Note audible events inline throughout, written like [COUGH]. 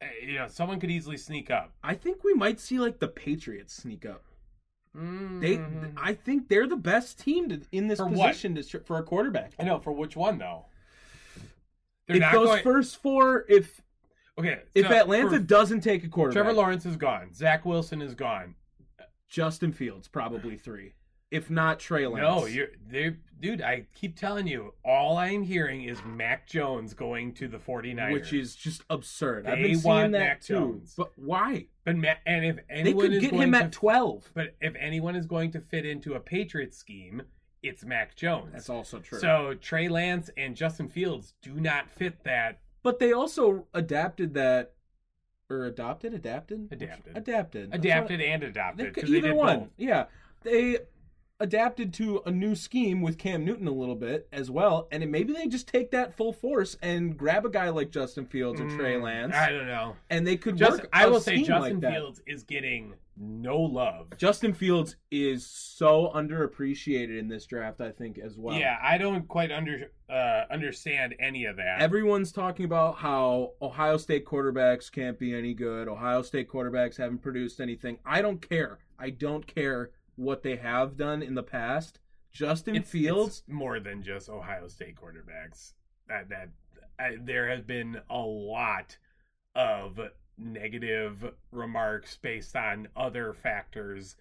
eh, you know, someone could easily sneak up. I think we might see like the Patriots sneak up. They, Mhm. I think they're the best team to, in this For what? position to, tr- for a quarterback. I know for which one though. They're If not those going. first four, if okay, If so Atlanta for- doesn't take a quarterback, Trevor Lawrence is gone. Zach Wilson is gone. Justin Fields probably three, if not Trey Lance. No, you're they dude. I keep telling you, all I'm hearing is Mac Jones going to the 49ers. which is just absurd. I've They been seeing want that Mac too. Jones. But why? but Ma- and if They anyone could is get going him to, at twelve. But if anyone is going to fit into a Patriots scheme, it's Mac Jones. That's also true. So Trey Lance and Justin Fields do not fit that. but they also adapted that, or adopted, adapted, Adapted. adapted, That's Adapted what- and they adopted. could- 'cause they either did one. both. Yeah, they adapted to a new scheme with Cam Newton a little bit as well, and it, maybe they just take that full force and grab a guy like Justin Fields or Trey Lance. Mm, I don't know. and they could Just, work. I a will say scheme Justin like that. Fields is getting no love. Justin Fields is so underappreciated in this draft, I think, as well. Yeah, I don't quite under uh, understand any of that. Everyone's talking about how Ohio State quarterbacks can't be any good. Ohio State quarterbacks haven't produced anything. I don't care. I don't care what they have done in the past. Justin It's- Fields, it's more than just Ohio State quarterbacks. That that I, there has been a lot of negative remarks based on other factors,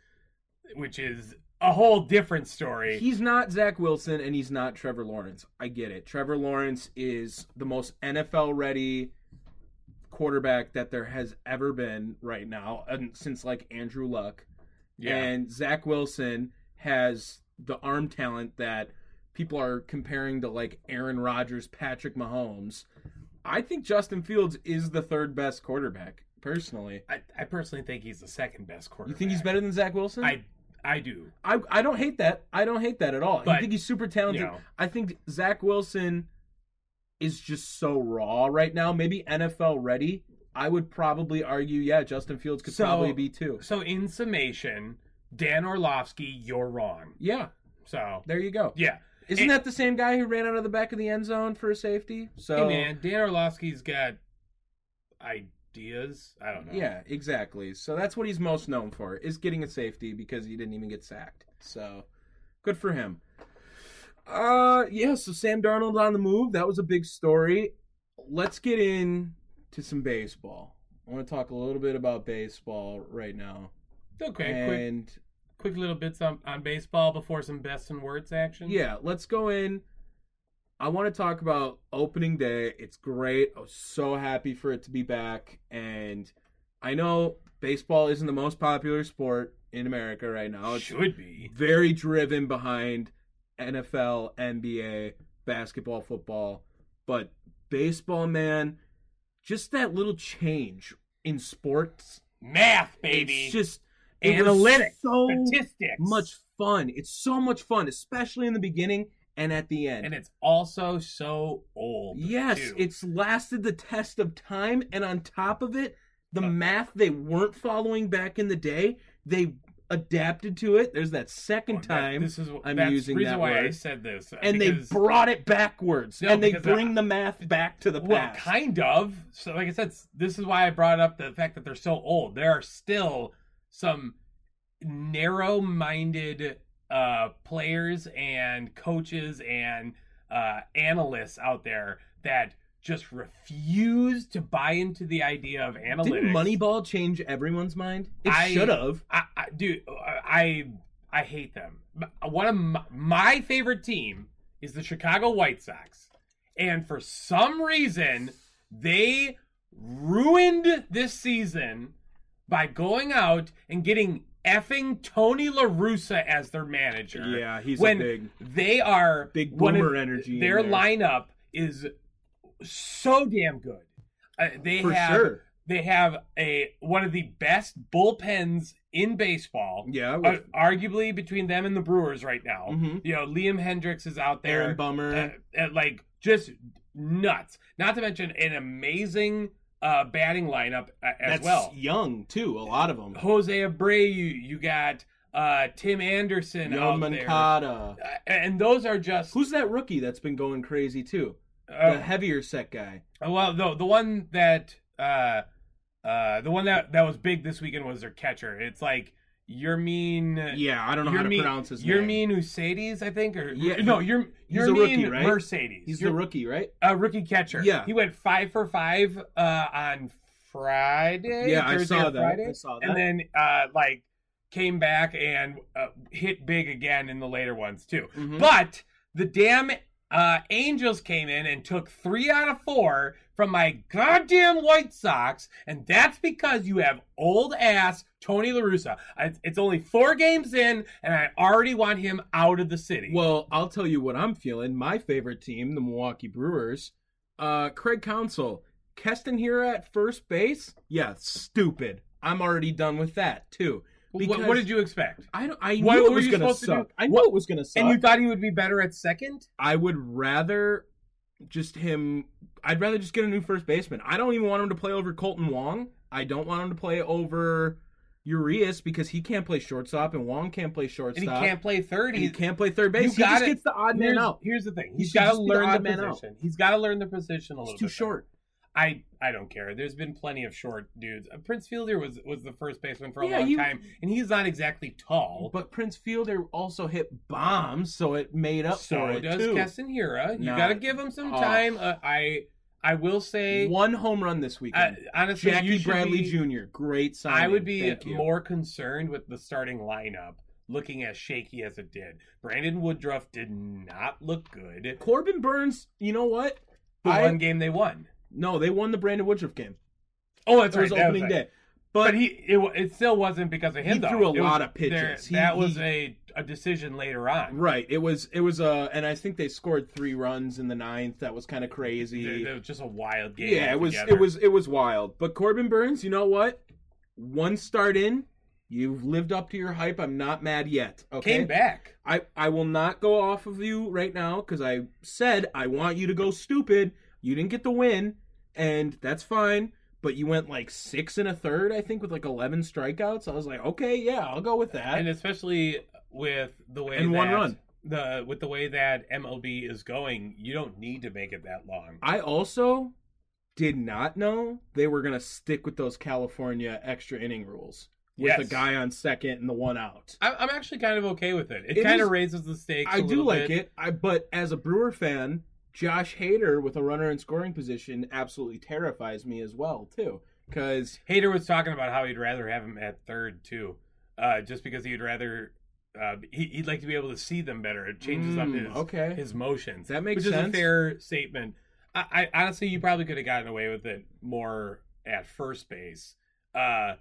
which is a whole different story. he's not Zach Wilson and he's not Trevor Lawrence. I get it. Trevor Lawrence is the most NFL ready quarterback that there has ever been right now, and since like Andrew Luck. And Zach Wilson has the arm talent that people are comparing to like Aaron Rodgers, Patrick Mahomes. I think Justin Fields is the third best quarterback, personally. I, I personally think he's the second best You quarterback. think he's better than Zach Wilson? I I do. I, I don't hate that. I don't hate that at all. I But, think he's super talented. you know. I think Zach Wilson is just so raw right now. Maybe NFL ready. I would probably argue, yeah, Justin Fields could probably be too. So in summation, Dan Orlovsky, you're wrong. Yeah, So there you go. yeah. Isn't And- that the same guy who ran out of the back of the end zone for a safety? So Hey man, Dan Orlovsky's got ideas. I don't know. yeah, exactly. So that's what he's most known for is getting a safety because he didn't even get sacked. So good for him. Uh yeah, so Sam Darnold on the move, that was a big story. Let's get in to some baseball. I want to talk a little bit about baseball right now. Okay. quick, and quick little bits on, on baseball before some best and worst action. Yeah, let's go in. I want to talk about opening day. It's great. I was so happy for it to be back. And I know baseball isn't the most popular sport in America right now. Oh, It's should be. very driven behind NFL, NBA, basketball, football, but baseball, man, just that little change in sports, Math, baby. it's just it was analytics, so statistics. much fun. It's so much fun, especially in the beginning and at the end. and it's also so old. Yes, too. it's lasted the test of time, and on top of it, the math they weren't following back in the day, they adapted to it. There's that second Well, that- time this is what- I'm that's using the reason that why I word, said this, and because- they brought it backwards, No, and they because bring I- the math back to the past. well, kind of. So, like I said, s- this is why I brought up the fact that they're so old. There are still some narrow-minded uh, players and coaches and uh, analysts out there that just refuse to buy into the idea of analytics. Didn't Moneyball change everyone's mind? It I- should have. I, I dude, I I hate them. M- One of my, my favorite team is the Chicago White Sox, and for some reason they ruined this season by going out and getting effing Tony La Russa as their manager. Yeah, he's a when big- they are big one of- boomer energy in Their there. lineup is so damn good. Uh, they For have sure. they have a one of the best bullpens in baseball. Yeah, Ar- with- arguably between them and the Brewers right now. Mhm. You know, Liam Hendricks is out there. Aaron Bummer. uh, uh, like just nuts. Not to mention an amazing uh, batting lineup uh, as That's well. young too. A lot of them. Jose Abreu. You got uh, Tim Anderson Young out there. Mancada. Uh, and those are just Who's that rookie that's been going crazy too? the uh, heavier set guy. Oh, Well, the the one that uh uh the one that that was big this weekend was their catcher. It's like you're mean. Yeah, I don't know how to pronounce his You're name. mean Mercedes, I think, or Yeah, no, he- you're he's you're a mean rookie, right? Mercedes. He's you're the rookie, right? a rookie catcher. Yeah. he went five for five uh on Friday. Yeah, I Thursday saw or that. Friday, I saw that. And then uh like came back and uh, hit big again in the later ones too. Mhm. But the damn uh, Angels came in and took three out of four from my goddamn White Sox, and that's because you have old ass Tony La Russa. I, it's only four games in, and I already want him out of the city. Well, I'll tell you what I'm feeling. My favorite team, the Milwaukee Brewers. Uh, Craig Council, Keston here at first base. Yeah, stupid. I'm already done with that too. Wh- what, did you expect? I don't. I knew What it were was you gonna supposed to do? suck. I knew What- it was gonna suck. And you thought he would be better at second? I would rather just him. I'd rather just get a new first baseman. I don't even want him to play over Colton Wong. I don't want him to play over Urias because he can't play shortstop and Wong can't play And he shortstop. can't play third. And he He's can't play third base. He just gets the odd man here's, out. Here's the thing. He He's should got to just be the learn odd the man out. position. He's got to learn the position a He's little bit. too better. short. I I don't care. There's been plenty of short dudes. Uh, Prince Fielder was was the first baseman for a Yeah, long you- time, and he's not exactly tall. But Prince Fielder also hit bombs, so it made up so for it does too. Castanera. You Nah. got to give him some Oh. time. Uh, I I will say, One home run this uh, weekend. honestly, you Jackie should Bradley be- Jr. Great sign. I would be more concerned with the starting lineup looking as shaky as it did. Brandon Woodruff did not look good. Corbin Burns. You know what? The I- one game they won. No, they won the Brandon Woodruff game. Oh, that's That was right. that was opening right. day. But, But, he it, wa- it still wasn't because of him. He though. threw a It lot was- of pitches. there- He- that was he- a a decision later on. right, it was it was uh and I think they scored three runs in the ninth. That was kind of It crazy. was just a wild game. yeah, it was altogether. it was it was wild. But Corbin Burns, you know what? One start in, you've lived up to your hype. I'm not mad yet. Okay. came back. I, I will not go off of you right now because I said I want you to go stupid. You didn't get the win, and that's fine. But you went like six and a third, I think, with like eleven strikeouts. I was like, okay, yeah, I'll go with that. and especially with the way And that, one run. the with the way that MLB is going, you don't need to make it that long. I also did not know they were gonna stick with those California extra inning rules with Yes. the guy on second and the one out. I, I'm actually kind of okay with it. It, It kind is- of raises the stakes. I I do like it. I but as a Brewer fan, Josh Hader with a runner in scoring position absolutely terrifies me as well too. Because Hater was talking about how he'd rather have him at third too, uh, just because he'd rather uh, he, he'd like to be able to see them better. It changes up Mm, his okay. his motions. That makes which is a sense. fair statement. I, I honestly, you probably could have gotten away with it more at first base, uh,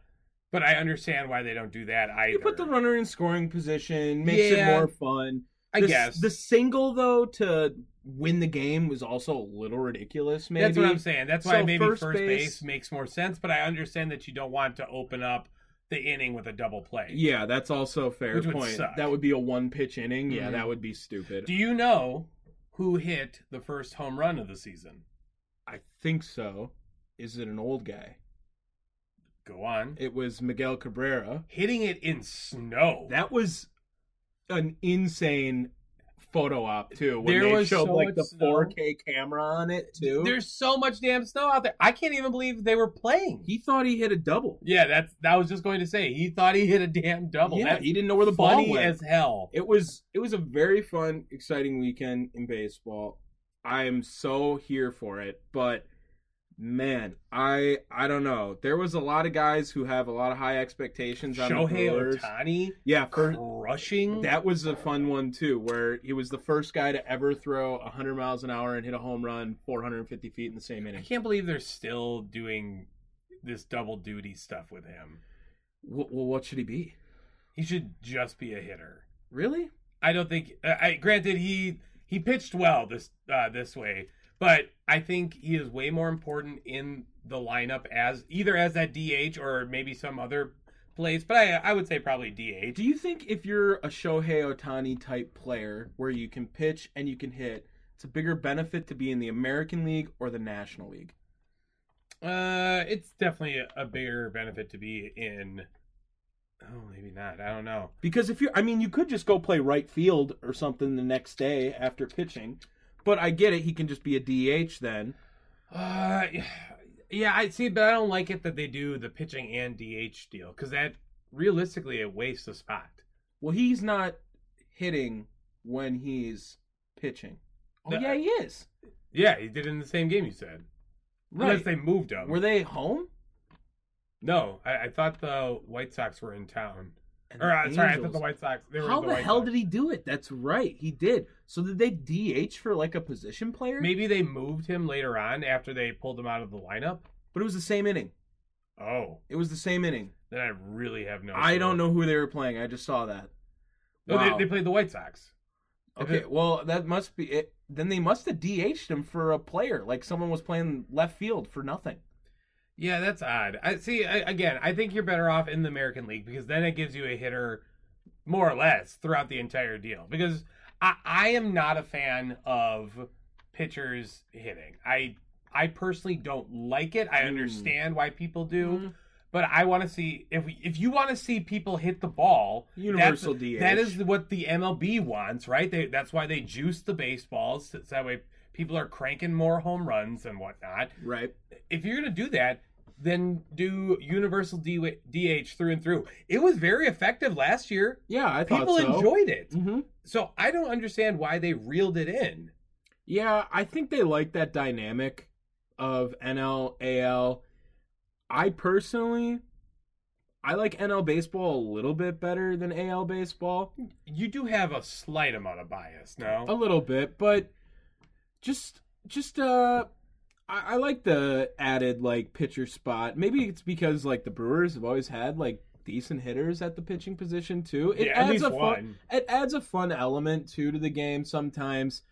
but I understand why they don't do that either. You put the runner in scoring position, makes Yeah. it more fun. The, I guess the single though to win the game was also a little ridiculous. Maybe that's what I'm saying. That's why So maybe first first, base- base makes more sense. But I understand that you don't want to open up the inning with a double play. Yeah, that's also a fair Which would point. suck. That would be a one pitch inning. Yeah, Mhm. that would be stupid. Do you know who hit the first home run of the season? I think so. Is it an old guy? Go on. It was Miguel Cabrera. Hitting it in snow. That was an insane photo op too. When There they was showed so like much the snow. 4K camera on it too. There's so much damn snow out there. I can't even believe they were playing. he thought he hit a double. yeah, that's that was just going to say. He thought he hit a damn double. Yeah, that's he didn't know where the ball funny went. as hell. It was it was a very fun, exciting weekend in baseball. I am so here for it, but man, I I don't know. There was a lot of guys who have a lot of high expectations on the Shohei Brewers. Otani Oh. Yeah, for, crushing. that was a fun one too, where he was the first guy to ever throw 100 miles an hour and hit a home run 450 feet in the same I inning. can't believe they're still doing this double duty stuff with him. Well, what should he be? He should just be a hitter. Really? I don't think. Uh, I granted he he pitched well this uh, this way, but I think he is way more important in the lineup as either as that DH or maybe some other place. But I I would say probably DH. Do you think if you're a Shohei Otani type player where you can pitch and you can hit, it's a bigger benefit to be in the American League or the National League? Uh, it's definitely a, a bigger benefit to be in. Oh, maybe not. I don't know. Because if you're, I mean, you could just go play right field or something the next day after pitching, but I get it. He can just be a DH then. Uh, yeah, I see, but I don't like it that they do the pitching and DH deal because that realistically it wastes a spot. Well, he's not hitting when he's pitching. Oh, The- yeah, he is. Yeah, he did it in the same game. You said unless they moved him. Were they home? No, I, I thought the White Sox were in town. And Or uh, the sorry, I Angels- thought the White Sox. They were How the, the, White hell Sox. did he do it? That's right, he did. So did they DH for like a position player? Maybe they moved him later on after they pulled him out of the lineup. But it was the same inning. Oh, It was the same inning. then I really have no. I clue. don't know who they were playing. I just saw that. No, Wow. they, they played the White Sox. Okay, well that must be it. Then they must have DH'd him for a player, like someone was playing left field for nothing. Yeah, that's odd. I see. I, again, I think you're better off in the American League because then it gives you a hitter, more or less, throughout the entire deal. Because I, I am not a fan of pitchers hitting. I I personally don't like it. Mm. I Mm-hmm. understand why people do, but I want to see if we, if you want to see people hit the ball. Universal that's, DH. That is what the MLB wants, right? They, that's why they juice the baseballs. So that way people are cranking more home runs and whatnot Right. if you're gonna do that, then do universal D- DH through and through. It was very effective last year. Yeah, I thought People so. enjoyed it, hmm so I don't understand why they reeled it in. Yeah, I think they like that dynamic of NL AL. I personally, I like NL baseball a little bit better than AL baseball. You do have a slight amount of bias, no? a little bit but just just uh I, I like the added like pitcher spot maybe it's because like the brewers have always had like decent hitters at the pitching position too it Yeah, at adds least a fun one. it adds a fun element too to the game sometimes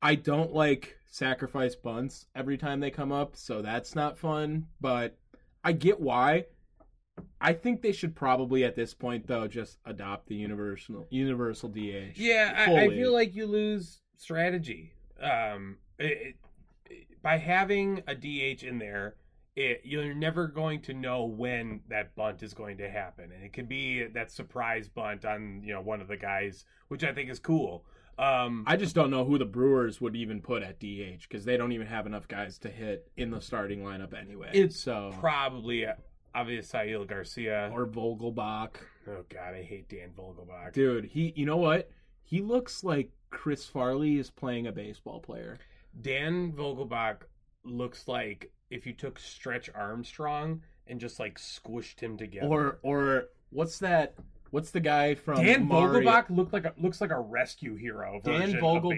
i don't like sacrifice bunts every time they come up so that's not fun but i get why I think they should probably at this point though just adopt the universal universal DH. Yeah, I, I fully. feel like you lose strategy. Um, it, it- by having a DH in there, it, you're never going to know when that bunt is going to happen, and it could be that surprise bunt on you know one of the guys, which I think is cool. Um, I just don't know who the Brewers would even put at DH because they don't even have enough guys to hit in the starting lineup anyway. It's so probably obvious Sail Garcia. or Vogelbach, oh God, I hate Dan Vogelbach. dude. He, you know what? He looks like Chris Farley is playing a baseball player. Dan Vogelbach looks like if you took Stretch Armstrong and just like squished him together, Or or what's that? What's the guy from Dan Mario- Vogelbach looked like a, looks like a rescue hero. Dan version of Vogelbach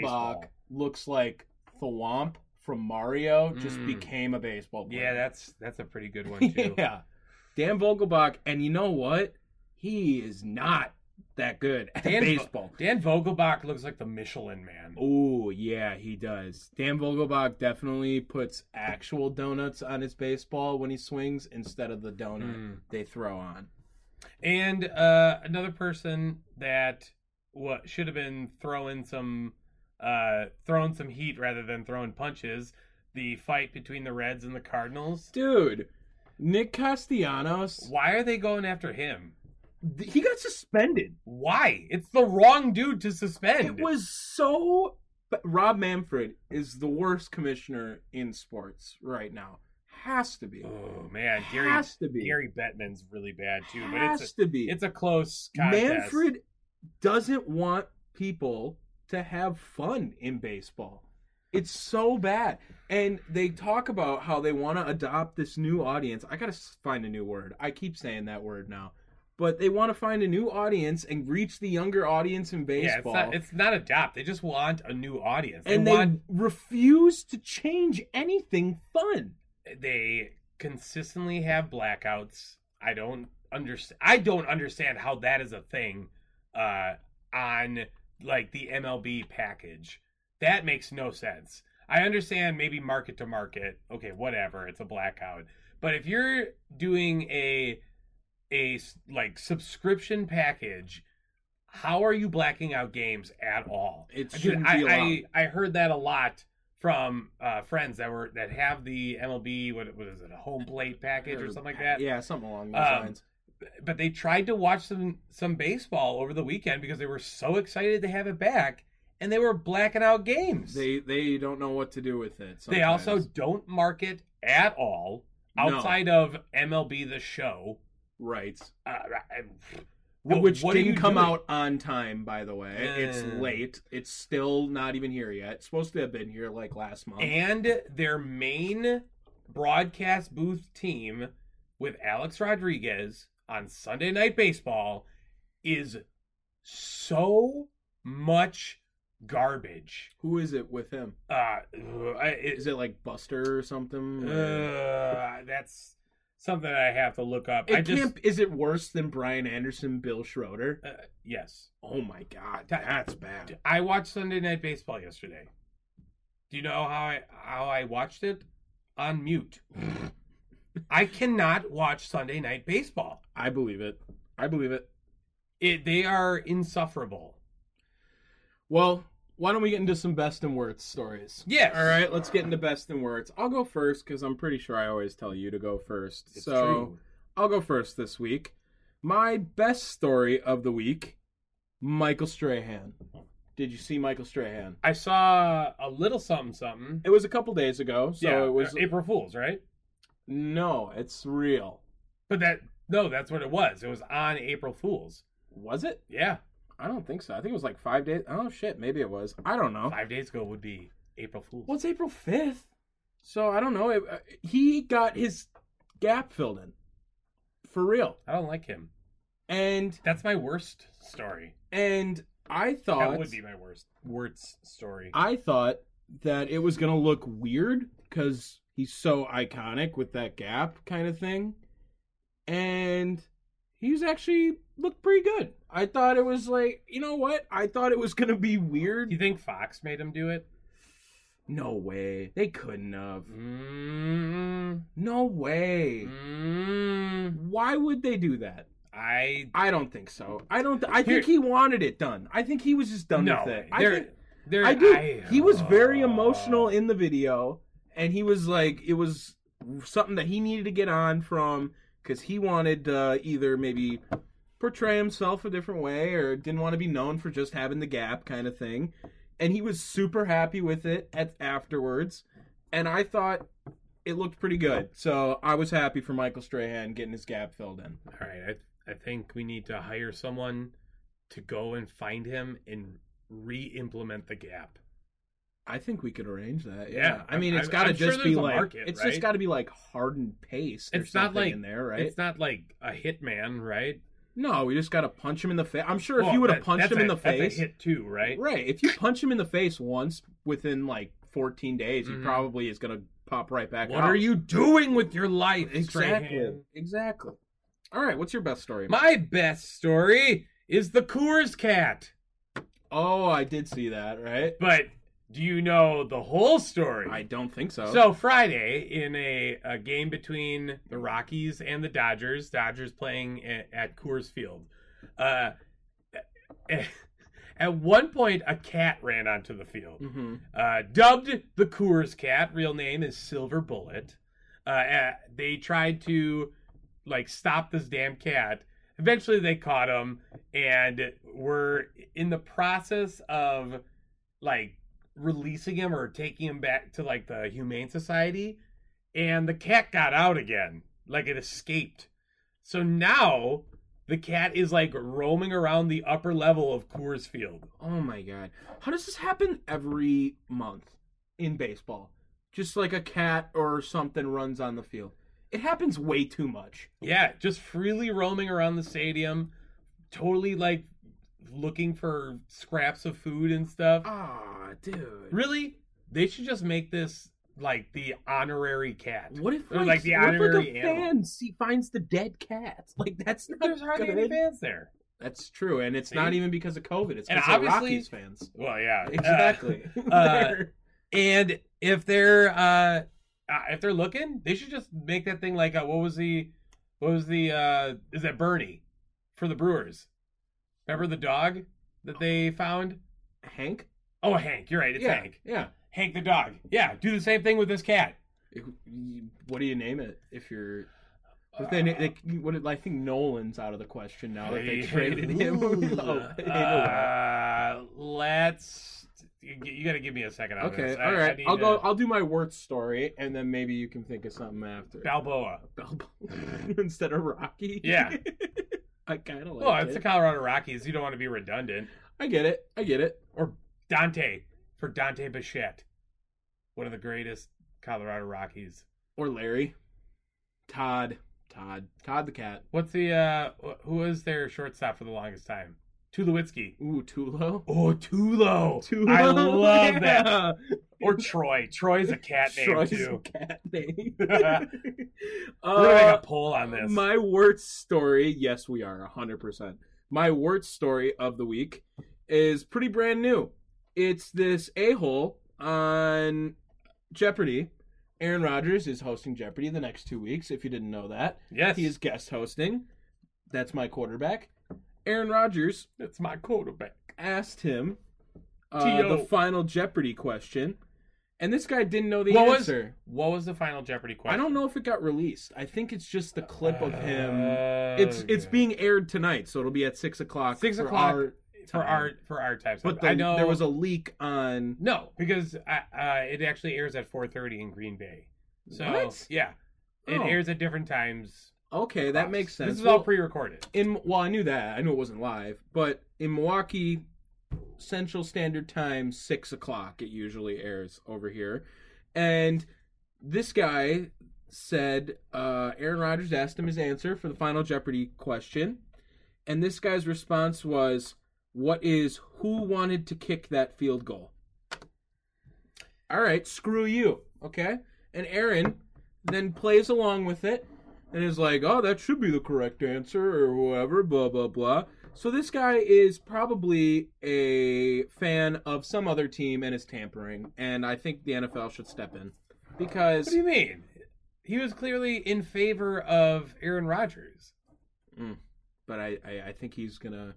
baseball. looks like Thwomp from Mario. Just Mm. became a baseball player. Yeah, that's that's [LAUGHS] a [LAUGHS] pretty good one too. yeah. Dan Vogelbach, and you know what? He is not that good at Dan, baseball. Dan Vogelbach looks like the Michelin man. Oh yeah, he does. Dan Vogelbach definitely puts actual donuts on his baseball when he swings instead of the donut Hmm. they throw on. And uh, another person that what should have been throwing some uh, throwing some heat rather than throwing punches. The fight between the Reds and the Cardinals. Dude, Nick Castellanos, Why are they going after him? he got suspended. Why? It's the wrong dude to It suspend. was so. But Rob Manfred is the worst commissioner in sports right now. Has to be. Oh man, Gary Has to be. Gary Bettman's really bad too, but Has it's a, to be. it's a close contest. Manfred doesn't want people to have fun in baseball. It's so bad. And they talk about how they want to adopt this new audience. I got to find a new word. I keep saying that word now. But they want to find a new audience and reach the younger audience in Yeah, it's baseball. not, it's not adopt. They just want a new audience. They and they want refuse to change anything fun. they consistently have blackouts. I don't understand. I don't understand how that is a thing uh, on like the MLB package. That makes no sense. I understand maybe market to market. Okay, whatever. It's a blackout. But if you're doing a a s- like subscription package, how are you blacking out games at all? It Dude, shouldn't I, be allowed. I, I heard that a lot from uh, friends that were that have the MLB what what is it a home plate package or something like that. Yeah, something along those Um, lines. But they tried to watch some some baseball over the weekend because they were so excited to have it back, and they were blacking out games. They they don't know what to do with it. They also sometimes. don't market at all No. outside of MLB the Show, right. uh, I- Wh- Wh- which what are didn't you come doing? out on time by the way it's Uh. late it's still not even here yet it's supposed to have been here like last month and their main broadcast booth team with Alex Rodriguez on Sunday Night Baseball is so much garbage. who is it with him Uh, I- is it, it like buster or something Or- uh, that's something I have to look up. it I just can't is it worse than brian anderson bill schroeder uh, yes. oh my god that's bad I watched Sunday Night Baseball yesterday. Do you know how I how I watched it? [LAUGHS] On mute. I cannot watch Sunday Night Baseball. i believe it i believe it It, they are insufferable. well why don't we get into some best and worst stories Yes. all right let's get into best and worst i'll go first because i'm pretty sure i always tell you to go first so I'll go first this week. My best story of the week, Michael Strahan. Did you see Michael Strahan? I saw a little something something. It was a couple days ago, so yeah, uh, it was April Fools, right? no, it's real. But that no, that's what it was. It was on April Fools. Was it? Yeah, I don't think so. I think it was like five days. Oh shit, maybe it was. I don't know. five days ago would be April Fools. Well, it's April fifth, so I don't know. It- uh, he got his gap filled in for real, I don't like him. and That's my worst story. and I thought That would be my worst worst story. I thought that it was gonna look weird because he's so iconic with that gap kind of thing, and he's actually looked pretty good. I thought it was like, you know what? I thought it was gonna be Do you weird. think Fox made him do it? No way, they couldn't have. Mm-hmm. Mm, No Mm-hmm. way. mm, Why would they do that? I I don't think so. I don't. Th- I Here- think he wanted it done. I think he was just done no. with it. I There, think- there, I do. he was very emotional in the video, and he was like, it was something that he needed to get on from because he wanted uh, either maybe portray himself a different way or didn't want to be known for just having the gap kind of thing. And he was super happy with it at afterwards, and I thought it looked pretty good. So I was happy for Michael Strahan getting his gap filled in. All right, I, I think we need to hire someone to go and find him and re-implement the gap. I think we could arrange that. Yeah, Yeah, I mean, I'm- it's got to I'm sure just be there's a like market, it's just right? got to be like hardened paste. Or It's not something like- in there, right? It's not like a hitman, right? No, we just got to punch him in the face. I'm sure if Well, you would have that- punched that's him in a- the face, that's a hit too, right? right? If you punch him in the face once within like 14 days, he Mhm. probably is gonna pop right back. What out. are you doing with your life, exactly? Strahan? Exactly. All right, what's your best story? My best story is the Coors Cat. Oh, I did see that, right? But do you know the whole story? I don't think so. So Friday, in a, a game between the Rockies and the Dodgers, Dodgers playing at, at Coors Field. Uh, [LAUGHS] at one point, a cat ran onto the field, Mhm. uh, dubbed the Coors Cat. Real name is Silver Bullet. Uh, uh, they tried to like stop this damn cat. Eventually, they caught him and were in the process of like releasing him or taking him back to like the humane society and the cat got out again like it escaped so now the cat is like roaming around the upper level of coors field oh my god, how does this happen every month in baseball? Just like a cat or something runs on the field. It happens way too much. yeah just freely roaming around the stadium totally like looking for scraps of food and stuff Ah, dude. really they should just make this like the honorary cat What if Or, like, like the what if, like, honorary a animal. fan see, finds the dead cat? [LAUGHS] Like that's not there's hardly any good. fans there That's true, and it's See? not even because of COVID. It's And because of obviously- Rockies [LAUGHS] fans. well yeah [LAUGHS] Exactly. [LAUGHS] uh, They're- [LAUGHS] And if they're uh uh, if they're looking, they should just make that thing like uh, what was the what was the uh is that Bernie for the Brewers? Remember the dog that they found? Hank. Oh, Hank, you're right. It's yeah, Hank. yeah. Hank the dog. Yeah, do the same thing with this cat. It- you- What do you name it if you're? If Uh, they, na- they, what I think Nolan's out of the question now that they traded him. [LAUGHS] Ooh. Oh, hey, Nolan. [LAUGHS] Uh, let's. You, you got to give me a second. On okay, this. all right. need I'll go. to- I'll do my Wirtz story, and then maybe you can think of something after. [LAUGHS] Balboa. Balboa instead of Rocky. Yeah. [LAUGHS] I kind of like Well, Oh, it's it. the Colorado Rockies. You don't want to be redundant. I get it. I get it. or Dante for Dante Bichette, one of the greatest Colorado Rockies. Or Larry, Todd, Todd, Todd the cat. What's the uh wh- who was their shortstop for the longest time? Tulowitzki. Ooh, Tulo. Oh, Tulo. Tulo. I love that. [LAUGHS] Yeah. Or Troy. Troy's a cat name Troy's too. cat [LAUGHS] name. We're gonna make Uh, a poll on this. my Wirtz story. Yes, we are hundred percent. My Wirtz story of the week is pretty brand new. It's this a hole on Jeopardy. Aaron Rodgers is hosting Jeopardy the next two weeks. If you didn't know that, yes, he is guest hosting. That's my quarterback. Aaron Rodgers it's my quarterback. asked him uh, T.O. the final Jeopardy question, and this guy didn't know the What was- answer. What was the final Jeopardy question? Uh, I don't know if it got released. I think it's just the clip of him. Oh, It's it's yeah. being aired tonight, so it'll be at six o'clock. six for o'clock our- for time. our for our time. slot. but the, I know there was a leak on. No, because I, uh, it actually airs at 4:30 in Green Bay. So What? yeah, it Oh. airs at different times. Okay, that makes sense. This is Well, all pre-recorded. in well, I knew that. I knew it wasn't live, but in Milwaukee, Central Standard Time, six o'clock. It usually airs over here, and this guy said uh, Aaron Rodgers asked him his answer for the final Jeopardy question, and this guy's response was, "What is who wanted to kick that field goal?" All right, screw you. Okay, and Aaron then plays along with it and is like, oh, that should be the correct answer or whatever, blah, blah, blah. So this guy is probably a fan of some other team and is tampering, and I think the NFL should step in What because do you mean? He was clearly in favor of Aaron Rodgers. but I, I, I think he's gonna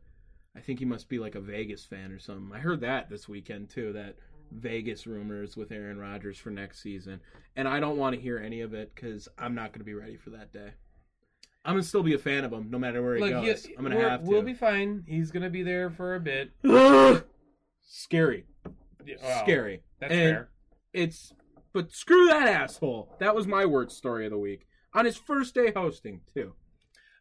I think he must be like a Vegas fan or something. I heard that this weekend too, that Vegas rumors with Aaron Rodgers for next season. And I don't want to hear any of it because I'm not gonna be ready for that day. I'm gonna still be a fan of him no matter where he Look, goes. he- I'm gonna we're- have to. We'll be fine. He's gonna be there for a bit. [GASPS] Scary. Yeah, well, Scary. That's And fair. It's but screw that asshole. That was my word story of the week. On his first day hosting, too.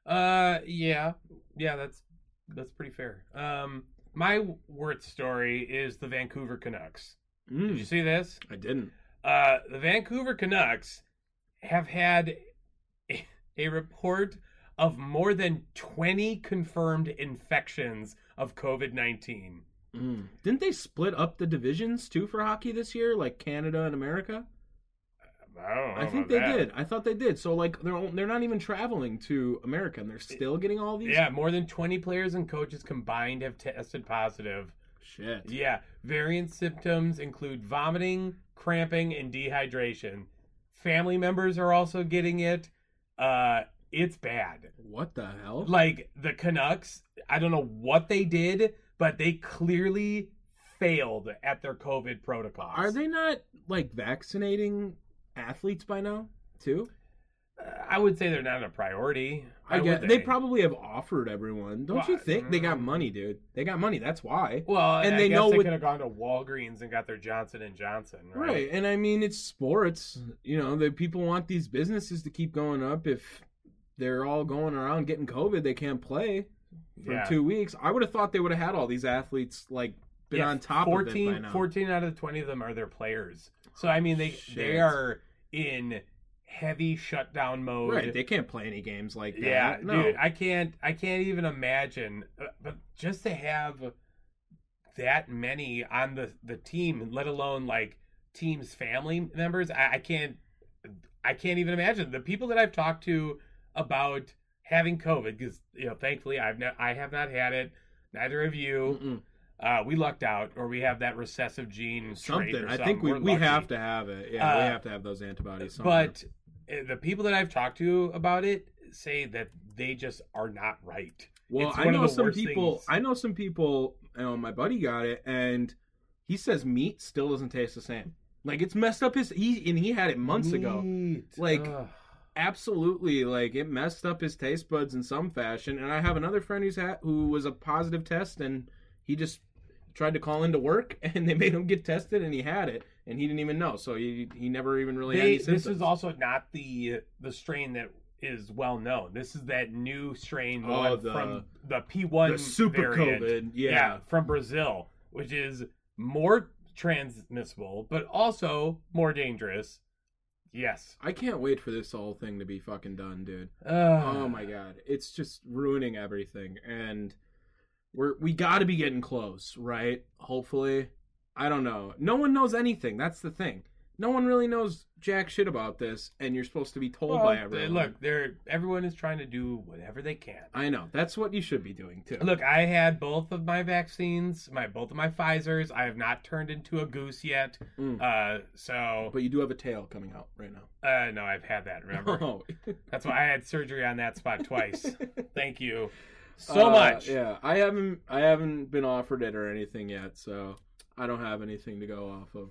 Uh, yeah, yeah. That's that's pretty fair. Um, my worth story is the Vancouver Canucks. Did you see this? I didn't. Uh, the Vancouver Canucks have had a- a report of more than 20 confirmed infections of COVID 19. Mm. Didn't they split up the divisions too for hockey this year, like Canada and America? I don't know. I think about they that. did. I thought they did. So like they're all- they're not even traveling to America, and they're still getting all these. Yeah, more than 20 players and coaches combined have tested positive. Shit. Yeah, variant symptoms include vomiting, cramping, and dehydration. Family members are also getting it. Uh, it's bad. What the hell? Like the Canucks, I don't know what they did, but they clearly failed at their COVID protocols. Are they not like vaccinating athletes by now too? Uh, I would say they're not a priority. I Why guess would they? probably have offered everyone. Don't you Why- Mm. think they got money, dude? They got money. That's why. Well, And I they guess know they with- could have gone to Walgreens and got their Johnson and Johnson, Right. And I mean, it's sports. You know, the people want these businesses to keep going up. If they're all going around getting COVID, they can't play for Yeah. two weeks. I would have thought they would have had all these athletes like been Yeah, on top of it by now. 14 out of the 20 of them are their players. So, I mean, they they Shit. are in heavy shutdown mode. Right. They can't play any games like that. yeah, No. dude, I can't I can't even imagine. uh, But just to have that many on the, the team, let alone like team's family members, I, I can't I can't even imagine. The people that I've talked to about having COVID, because you know, thankfully I've not I have not had it. Neither of you. Mm-mm. Uh, we lucked out, or we have that recessive gene. trait something. or I think we, We're we lucky. have to have it. Yeah, we Uh, have to have those antibodies. somewhere. But uh, the people that I've talked to about it say that they just are not right. Well, It's I one of know the some worst people. things. I know some people. You know, my buddy got it, and he says meat still doesn't taste the same. Like it's messed up his. He and he had it months ago. Neat. Like- Ugh. Absolutely, like it messed up his taste buds in some fashion. And I have another friend who's ha- who was a positive test, and he just tried to call into work, [LAUGHS] and they made him get tested, and he had it, and he didn't even know. So he he never even really had They- any symptoms. this is also not the the strain that is well known. This is that new strain the Oh, one the- from the P one the super variant. COVID. Yeah. from Brazil, which is more transmissible but also more dangerous. Yes. I can't wait for this whole thing to be fucking done, dude. Um, oh my god it's just ruining everything and we're we got to be getting close right hopefully i don't know no one knows anything that's the thing no one really knows jack shit about this and you're supposed to be told Well, by they- everyone Look, they're everyone is trying to do whatever they can. i know that's what you should be doing too Look, I had both of my vaccines, my both of my Pfizer's. I have not turned into a goose yet. Mm. Uh, so but you do have a tail coming out right [LAUGHS] now uh, no, I've had that. [LAUGHS] Remember, oh that's why I had surgery on that spot twice. [LAUGHS] Thank you [LAUGHS] so Uh, much. yeah i haven't i haven't been offered it or anything yet so i don't have anything to go off of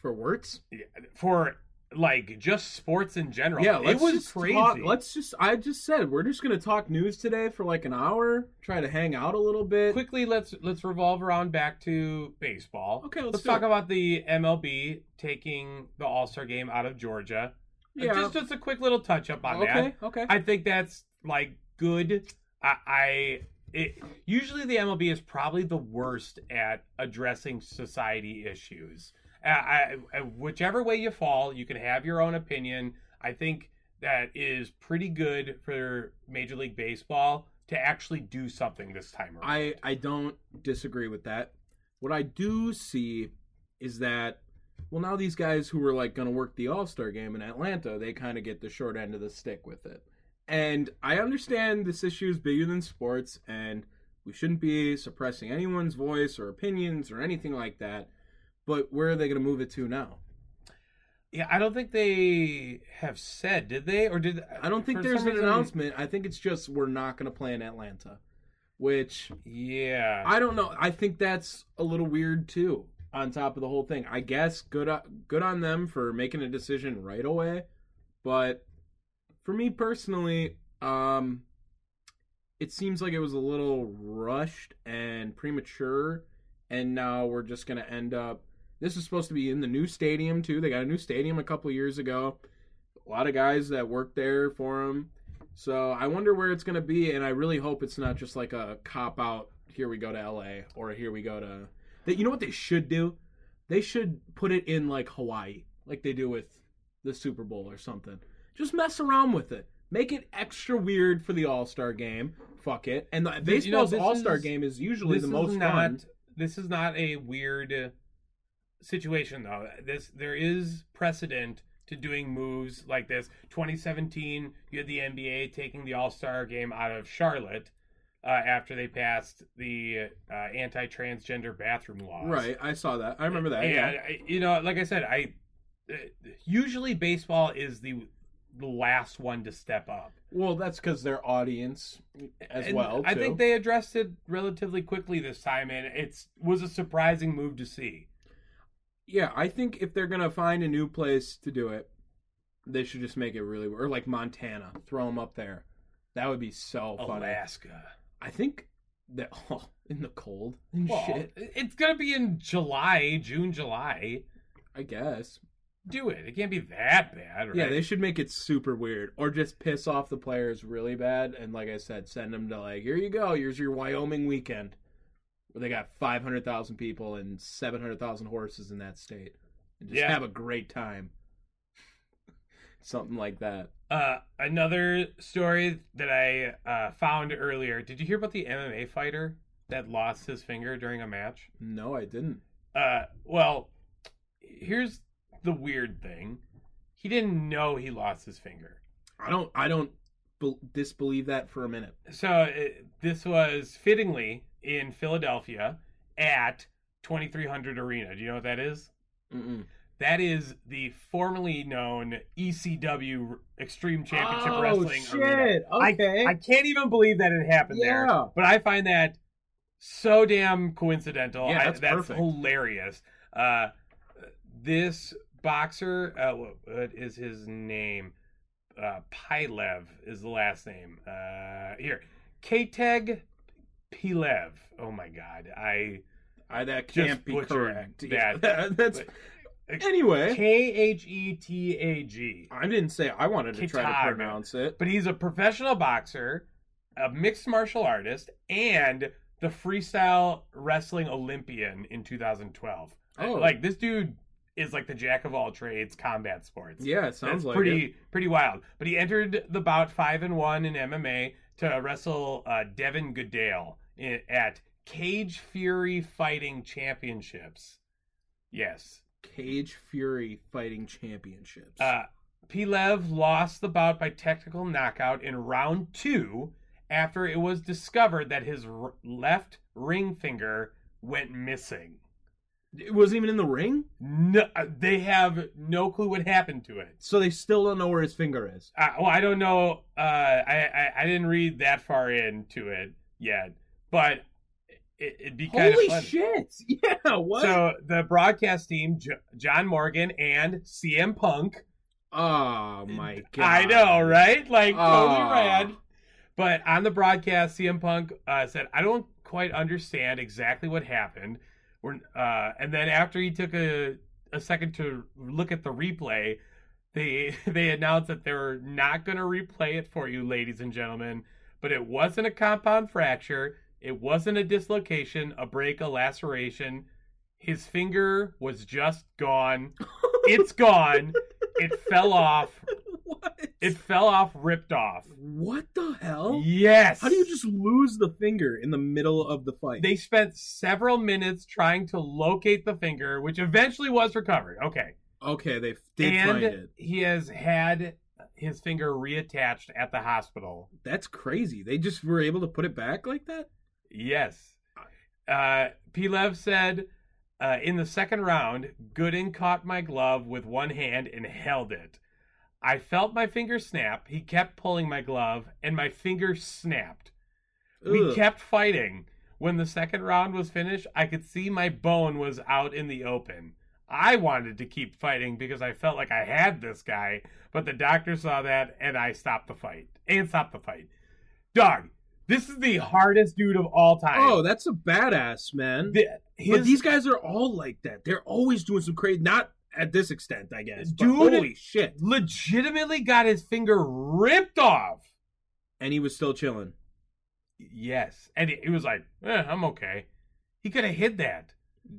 for Wirtz. Yeah, for like just sports in general. Yeah, let's it was just crazy. Talk, let's just. I just said we're just gonna talk news today for like an hour. Try to hang out a little bit. quickly let's let's revolve around back to baseball. Okay, let's let's do talk it. about the MLB taking the All Star game out of Georgia. Uh, Yeah. just just a quick little touch up on okay. that. Okay. I think that's like good. I, I it, usually the MLB is probably the worst at addressing society issues. I, I, I- whichever way you fall, you can have your own opinion. I think that is pretty good for Major League Baseball to actually do something this time around. I I don't disagree with that. What I do see is that well now these guys who were like going to work the All-Star game in Atlanta, they kind of get the short end of the stick with it. And I understand this issue is bigger than sports and we shouldn't be suppressing anyone's voice or opinions or anything like that. But where are they going to move it to now? Yeah, I don't think they have said, did they? Or did I don't think for there's some an reason- announcement. I think it's just we're not going to play in Atlanta, which Yeah, I don't know. I think that's a little weird too. On top of the whole thing, I guess good good on them for making a decision right away, but for me personally, um, it seems like it was a little rushed and premature, and now we're just gonna end up. This is supposed to be in the new stadium too. They got a new stadium a couple years ago. A lot of guys that worked there for them. So I wonder where it's going to be, and I really hope it's not just like a cop out. Here we go to L.A. or here we go to. That you know what they should do? They should put it in like Hawaii, like they do with the Super Bowl or something. Just mess around with it. Make it extra weird for the All Star game. Fuck it. And the, you know, baseball's this All Star is- game is usually this the is most not, fun. This is not a weird situation though. This there is precedent to doing moves like this. 2017, you had the NBA taking the All Star game out of Charlotte uh, after they passed the uh, anti-transgender bathroom laws. Right. I saw that. I remember that. And yeah. I- you know, like I said, I uh, usually baseball is the the last one to step up Well, that's because their audience as And well. I too. think they addressed it relatively quickly this time, and it was a surprising move to see. Yeah, I think if they're gonna find a new place to do it, they should just make it really or like Montana, throw them up there. That would be so funny. Alaska. I think that [LAUGHS] oh, in the cold and Well, shit. It's gonna be in July, June, July. I guess. Do it. It can't be that bad, right? Yeah, they should make it super weird, or just piss off the players really bad, and like I said, send them to like, here you go, here's your Wyoming weekend, where they got five hundred thousand people and seven hundred thousand horses in that state, and just Yeah. have a great time. [LAUGHS] Something like that. Uh, another story that I uh, found earlier. Did you hear about the MMA fighter that lost his finger during a match? No, I didn't. Uh, well, here's the weird thing. He didn't know he lost his finger. I don't. I don't bel disbelieve that for a minute. So uh, this was fittingly in Philadelphia at 2300 Arena. Do you know what that is? Mm-mm. That is the formerly known ECW Extreme Championship Oh, Wrestling shit. Arena. I- Okay. I, can't even believe that it happened Yeah. there. But I find that so damn coincidental. Yeah, I- that's that's perfect. hilarious. Uh, this boxer, uh, what, what is his name? Uh, Pilev is the last name. Uh, here, Kteg Pilev. Oh my god, I I that Just can't be butchered correct. that. [LAUGHS] Yeah, that's But- anyway. K H E T A G. I didn't say I wanted to try to Kitana. pronounce it. But he's a professional boxer, a mixed martial artist, and the freestyle wrestling Olympian in 2012. Oh. Like this dude is like the jack of all trades combat sports. Yeah, it sounds That's like pretty it. pretty wild. But he entered the bout 5 and 1 in MMA to wrestle uh, Devin Goodale in, at Cage Fury Fighting Championships. Yes. Cage Fury Fighting Championships. Uh, Pilev lost the bout by technical knockout in round two after it was discovered that his r- left ring finger went missing. it wasn't even in the ring, No, uh, they have no clue what happened to it. so they still don't know where his finger is. I, well, I don't know. Uh, I, I I didn't read that far into it yet, but it, it'd be kind Holy of fun. shit! [LAUGHS] Yeah, what? So the broadcast team, J- John Morgan and CM Punk. oh my god! I know, right? Like totally Ah. rad. But on the broadcast, CM Punk uh, said, "I don't quite understand exactly what happened." We're, uh, and then after he took a a second to look at the replay, they [LAUGHS] they announced that they're not going to replay it for you, ladies and gentlemen. But it wasn't a compound fracture. It wasn't a dislocation, a break, a laceration. His finger was just gone. It's gone. It fell off. [LAUGHS] What? It fell off, ripped off. What the hell? Yes. How do you just lose the finger in the middle of the fight? They spent several minutes trying to locate the finger, which eventually was recovered. Okay. okay, they f- did and find it. he has had his finger reattached at the hospital. That's crazy. They just were able to put it back like that. Yes. Uh, Pilev said uh, in the second round, Gooden caught my glove with one hand and held it. I felt my finger snap. He kept pulling my glove, and my finger snapped. We Ugh. kept fighting. When the second round was finished, I could see my bone was out in the open. I wanted to keep fighting because I felt like I had this guy, but the doctor saw that and I stopped the fight. And stopped the fight. Dog, this is the hardest dude of all time. Oh, that's a badass man. The- his- But these guys are all like that. They're always doing some crazy. Not at this extent, I guess. but Dude- holy shit! legitimately got his finger ripped off. And he was still chilling. Yes. And he he was like, eh, I'm okay. He could have hid that.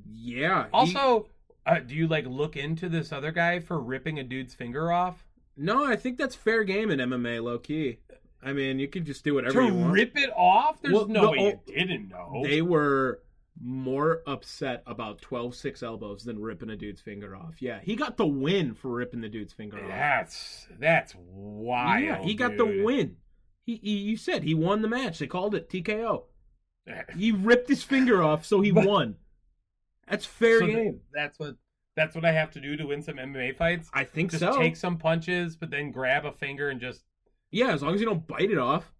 Yeah. he- Also, uh, do you like look into this other guy for ripping a dude's finger off? no, I think that's fair game in MMA, low key. I mean, you can just do whatever to you want. rip it off? There's Well, no, no, way oh, you didn't know. They were more upset about 12 6 elbows than ripping a dude's finger off. Yeah, he got the win for ripping the dude's finger off. that's that's wild. yeah, he got the dude. [LAUGHS] win. He, he, you said he won the match. They called it TKO. He ripped his finger off, so he But- won. That's fair So th- game. that's what that's what I have to do to win some MMA fights. I think just so. take some punches, but then grab a finger and just Yeah, as long as you don't bite it off,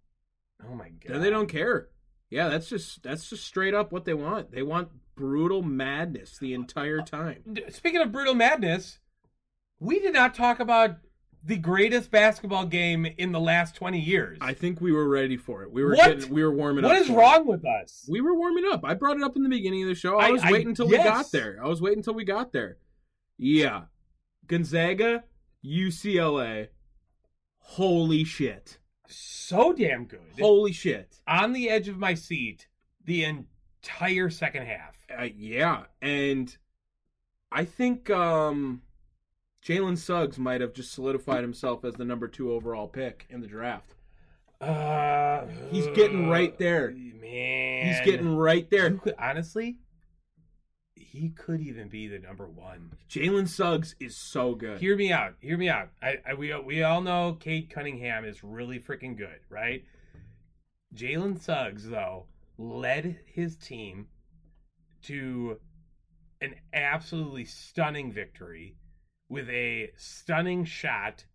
oh my god. then they don't care. Yeah, that's just that's just straight up what they want. They want brutal madness the entire time. D- Speaking of brutal madness, we did not talk about the greatest basketball game in the last twenty years. I think we were ready for it. We were What? getting, we were warming what up. is for it. wrong with us? We were warming up. I brought it up in the beginning of the show. I, I- was I- waiting until yes. we got there. I was waiting until we got there. Yeah. Gonzaga, UCLA. Holy shit. so damn good. Holy shit. on the edge of my seat the entire second half. Uh, yeah, and I think um, Jalen Suggs might have just solidified himself as the number two overall pick in the draft. Uh, He's getting right there. Man. He's getting right there. You could- honestly, he could even be the number one. Jalen Suggs is so good. Hear me out. Hear me out. I, I we we all know Cade Cunningham is really freaking good, right? Jalen Suggs though led his team to an absolutely stunning victory with a stunning shot,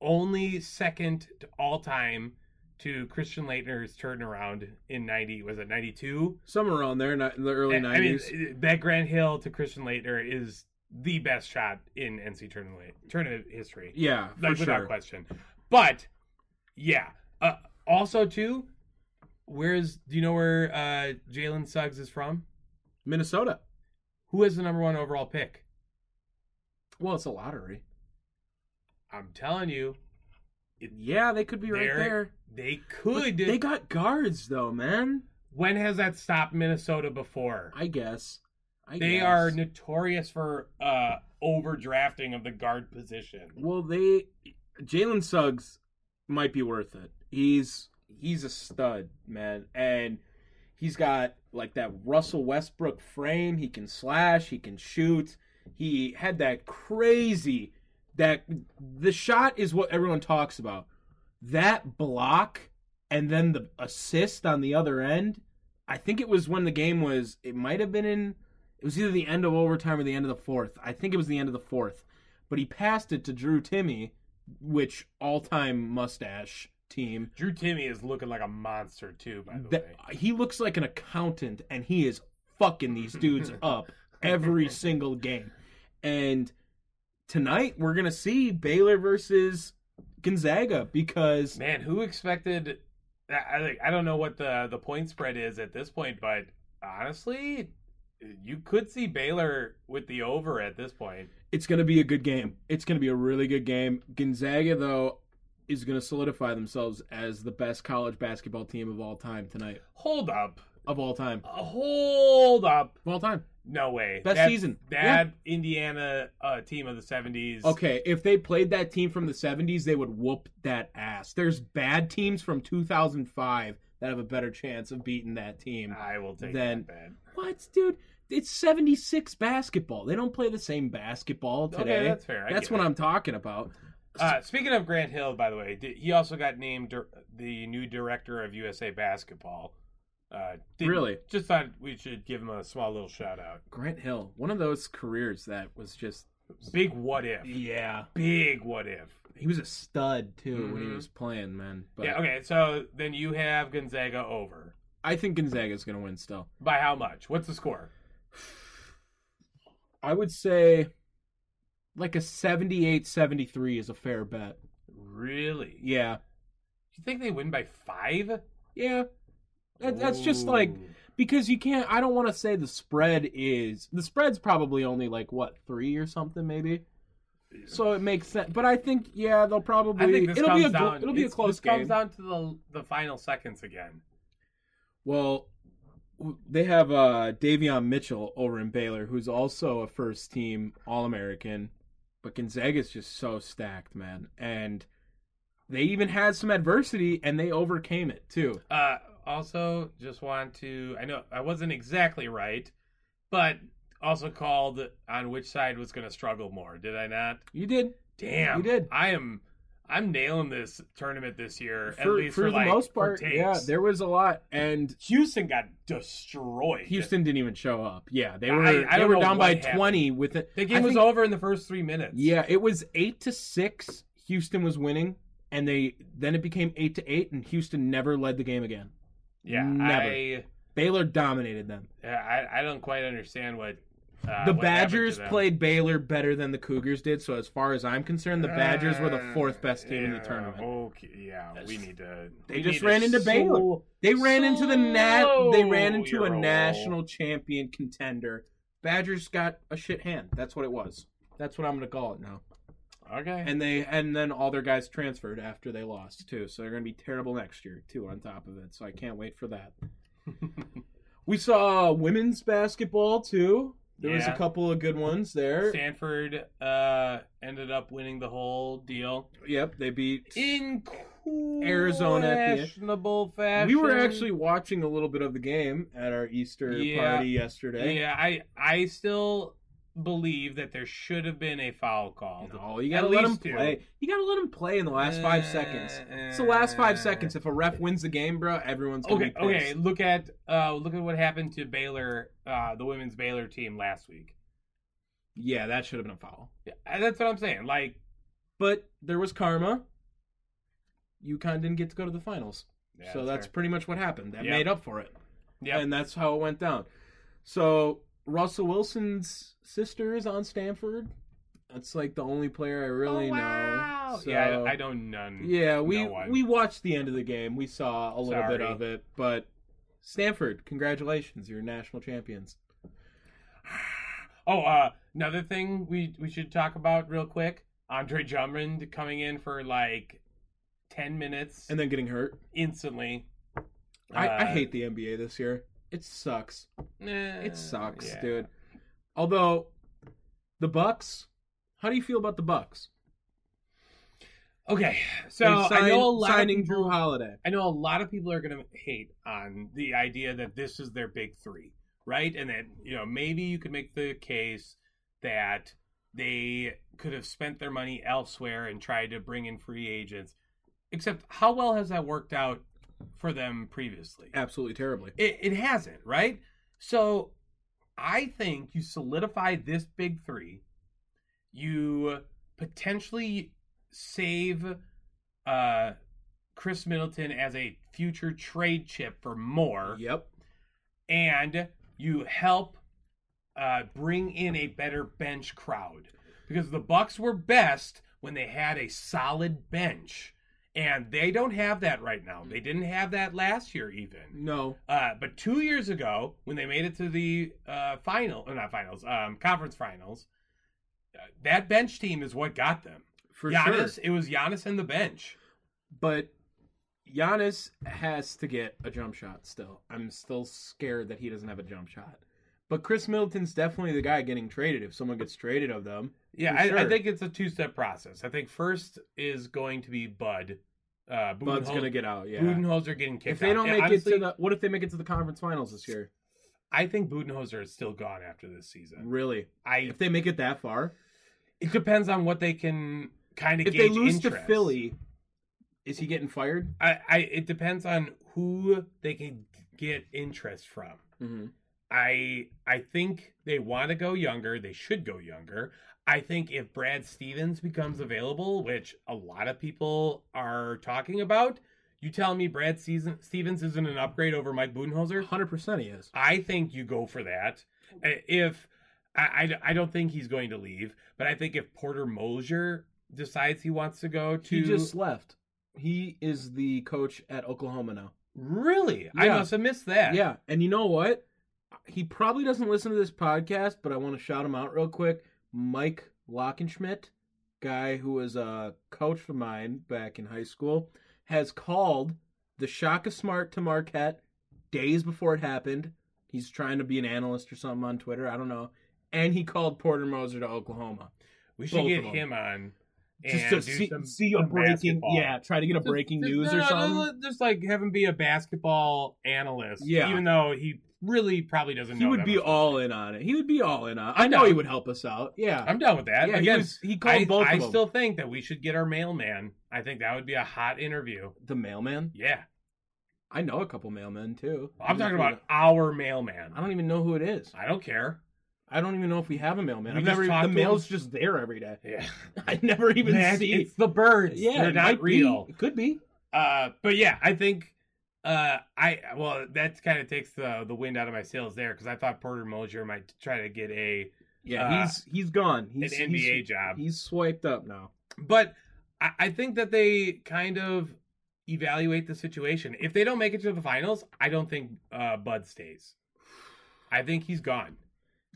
only second to all time to Christian Leitner's turnaround in ninety was it ninety two? Somewhere on there, not in the early I- I mean, uh, nineties. that Grant Hill to Christian Leitner is the best shot in NC tournament tournament history, yeah, like for without sure. question. But yeah, uh, also too, where's do you know where uh, Jalen Suggs is from? Minnesota. Who is the number one overall pick? Well, it's a lottery. I'm telling you, Yeah, they could be right they're- there. They But could. They got guards though, man. when has that stopped Minnesota before? I guess. I they guess. are notorious for uh, overdrafting of the guard position. Well, they Jalen Suggs might be worth it. He's he's a stud, man, and he's got like that Russell Westbrook frame. He can slash, he can shoot. He had that crazy that the shot is what everyone talks about. That block and then the assist on the other end. I think it was when the game was it might have been in it was either the end of overtime or the end of the fourth. I think it was the end of the fourth but he passed it to Drew Timmy, which all time mustache team. Drew Timmy is looking like a monster too, by the That, way. he looks like an accountant, and he is fucking these [LAUGHS] dudes up every single game. And tonight we're gonna see Baylor versus Gonzaga because Man, who expected? I I think I don't know what the the point spread is at this point, but honestly, you could see Baylor with the over at this point. it's going to be a good game. It's going to be a really good game. Gonzaga, though, is going to solidify themselves as the best college basketball team of all time tonight. Hold up, Of all time. hold up. Of all time. No way. Best That- season. That Indiana uh, team of the seventies. Okay, if they played that team from the 70s, they would whoop that ass. There's bad teams from 2005 that have a better chance of beating that team. I will take Then- that bet. What, dude? It's 76 basketball. They don't play the same basketball Okay, today. that's fair. I that's get what it. I'm talking about. Uh, speaking of Grant Hill, by the way, di- he also got named dir- the new director of USA Basketball. Uh, didn't- Really? Just thought we should give him a small little shout out. Grant Hill, one of those careers that was just. Big what if? Yeah. Big what if? He was a stud too when he Mhm. was playing, man. But Yeah. Okay. So then you have Gonzaga over I think Gonzaga's gonna win still. by how much? What's the score? I would say like a 78-73 is a fair bet. Really? Do Yeah. you think they win by five? Yeah. That, that's just like Ooh. because you can't I don't want to say the spread is the spread's probably only like what 3 or something maybe. So it makes sense, but I think yeah, they'll probably I think this it'll comes be a gl- down. it'll be a it's- close this comes game. down to the the final seconds again. Well, w- they have uh, Davion Mitchell over in Baylor, who's also a first team All American. But Gonzaga's just so stacked, man. And they even had some adversity and they overcame it, too. Uh, also, just want to. I know I wasn't exactly right, but also called on which side was going to struggle more. Did I not? You did. Damn, You did. I am. I'm nailing this tournament this year. at For- least for, for, the like, most for part, takes. yeah, there was a lot. And Houston got destroyed. Houston didn't even show up. Yeah, they were, I- I don't they were know down by what happened. 20 with it. The I game was think- over in the first three minutes. Yeah, it was eight to six. Houston was winning, and they then it became eight to eight, and Houston never led the game again. yeah. Never. I, Baylor dominated them. yeah, I I don't quite understand what uh, The what happened to Badgers them. played Baylor better than the Cougars did, so as far as I'm concerned, the Badgers were the fourth best team in the Yeah, tournament. Uh, Okay, yeah, we need to. They we just need to ran into Baylor. slow- They ran into the nat. They ran into slow a your roll. national champion contender. Badgers got a shit hand. That's what it was. That's what I'm gonna call it now. Okay. And they and then all their guys transferred after they lost too, so they're gonna be terrible next year too. On top of it, so I can't wait for [LAUGHS] that. we saw women's basketball too. There was a Yeah. couple of good ones there. Stanford uh, ended up winning the whole deal Yep, they beat in Arizona at the end. questionable fashion. We were actually watching a little bit of the game at our Easter Yeah. party yesterday. Yeah, I I still believe that there should have been a foul called. No, you gotta At let him least two. play. You gotta let him play in the last five Uh, seconds. It's the last five seconds. If a ref wins the game, bro, everyone's gonna eh. Okay, be pissed. okay. Look at uh, look at what happened to Baylor, uh, the women's Baylor team last week. Yeah, that should have been a foul. Yeah, that's what I'm saying. Like, But there was karma. UConn didn't get to go to the finals, Yeah, so that's that's fair. pretty much what happened. That Yeah. made up for it. yeah, and that's how it went down. So Russell Wilson's sister is on Stanford. That's like the only player I really know. So, Oh, yeah. I, I don't none. Yeah, we Mm-hmm. know one. we watched the end of the game. We saw a little bit Sorry. of it, but Stanford, congratulations, you're national champions. Oh, uh, another thing we we should talk about real quick: Andre Drummond coming in for like ten minutes And then getting hurt. instantly. I, I Uh, hate the NBA this year. It sucks. eh, It sucks, yeah. dude. Although the Bucks, how do you feel about the Bucks? Okay, so They I signed- know a lot. of signing people- Drew Holiday. I know a lot of people are gonna hate on the idea that this is their big three, right? And that you know maybe you could make the case that they could have spent their money elsewhere and tried to bring in free agents. Except, how well has that worked out for them previously? Absolutely terribly. It, it hasn't, right? So I think you solidify this big three. You potentially save uh, Chris Middleton as a future trade chip for more, Yep. and you help uh, bring in a better bench crowd because the Bucks were best when they had a solid bench, and they don't have that right now. They didn't have that last year even. No. Uh, but two years ago, when they made it to the uh, final, or not finals, um, conference finals, uh, that bench team is what got them. For Giannis, sure. it was Giannis and the bench. But Giannis has to get a jump shot still. I'm still scared that he doesn't have a jump shot. But Chris Middleton's definitely the guy getting traded if someone gets traded of them. Yeah, For I, I sure. think it's a two-step process. I think first is going to be Bud. Uh, Bud's Budenhol- gonna get out, yeah. Budenholzer getting kicked. if they out. don't And make honestly, it to the what if they make it to the conference finals this year? I think Budenholzer is still gone after this season. Really? I If they make it that far, it depends on what they can kind of if they lose to Philly, is he getting fired? I, I it depends on who they can get interest from. Mhm. I I think they want to go younger. They should go younger. I think if Brad Stevens becomes available, which a lot of people are talking about, you tell me Brad Season, Stevens isn't an upgrade over Mike Budenholzer. Hundred percent, he is. I think you go for that. I- If I, I, I don't think he's going to leave, but I think if Porter Mosier decides he wants to go to He just left. He is the coach at Oklahoma now. really, I Yeah. must have missed that. Yeah, and you know what? He probably doesn't listen to this podcast, but I want to shout him out real quick. Mike Lockenschmidt, guy who was a coach of mine back in high school, has called the shock of smart to Marquette days before it happened. He's trying to be an analyst or something on Twitter. I don't know. And he called Porter Moser to Oklahoma. We should Both get of 'em. him on and Just to do see, some, see a some breaking, basketball. yeah, try to get a breaking news No, or no, no, something. no, Just like have him be a basketball analyst. Yeah. Even though he really probably doesn't He know. would that be much. all in on it. He would be all in on it. I know No. he would help us out. Yeah. I'm done with that. Yeah, he Again, was- he called I, both I of 'em. still think that we should get our mailman. I think that would be a hot interview. the mailman. Yeah. I know a couple mailmen too. I'm talking not- about our mailman. I don't even know who it is. I don't care. I don't even know if we have a mailman. You I've just never. talk The to mail's just there every day. Yeah. [LAUGHS] I never even Mac, see. It's the birds. yeah, They're it not might be. real. It could be. Uh, but yeah, I think uh, I well that kind of takes the the wind out of my sails there because I thought Porter Mosier might try to get a Yeah, Uh, he's he's gone. He's an NBA he's- job. He's swiped up now. but I, I think that they kind of evaluate the situation. If they don't make it to the finals, I don't think uh, Bud stays. I think he's gone.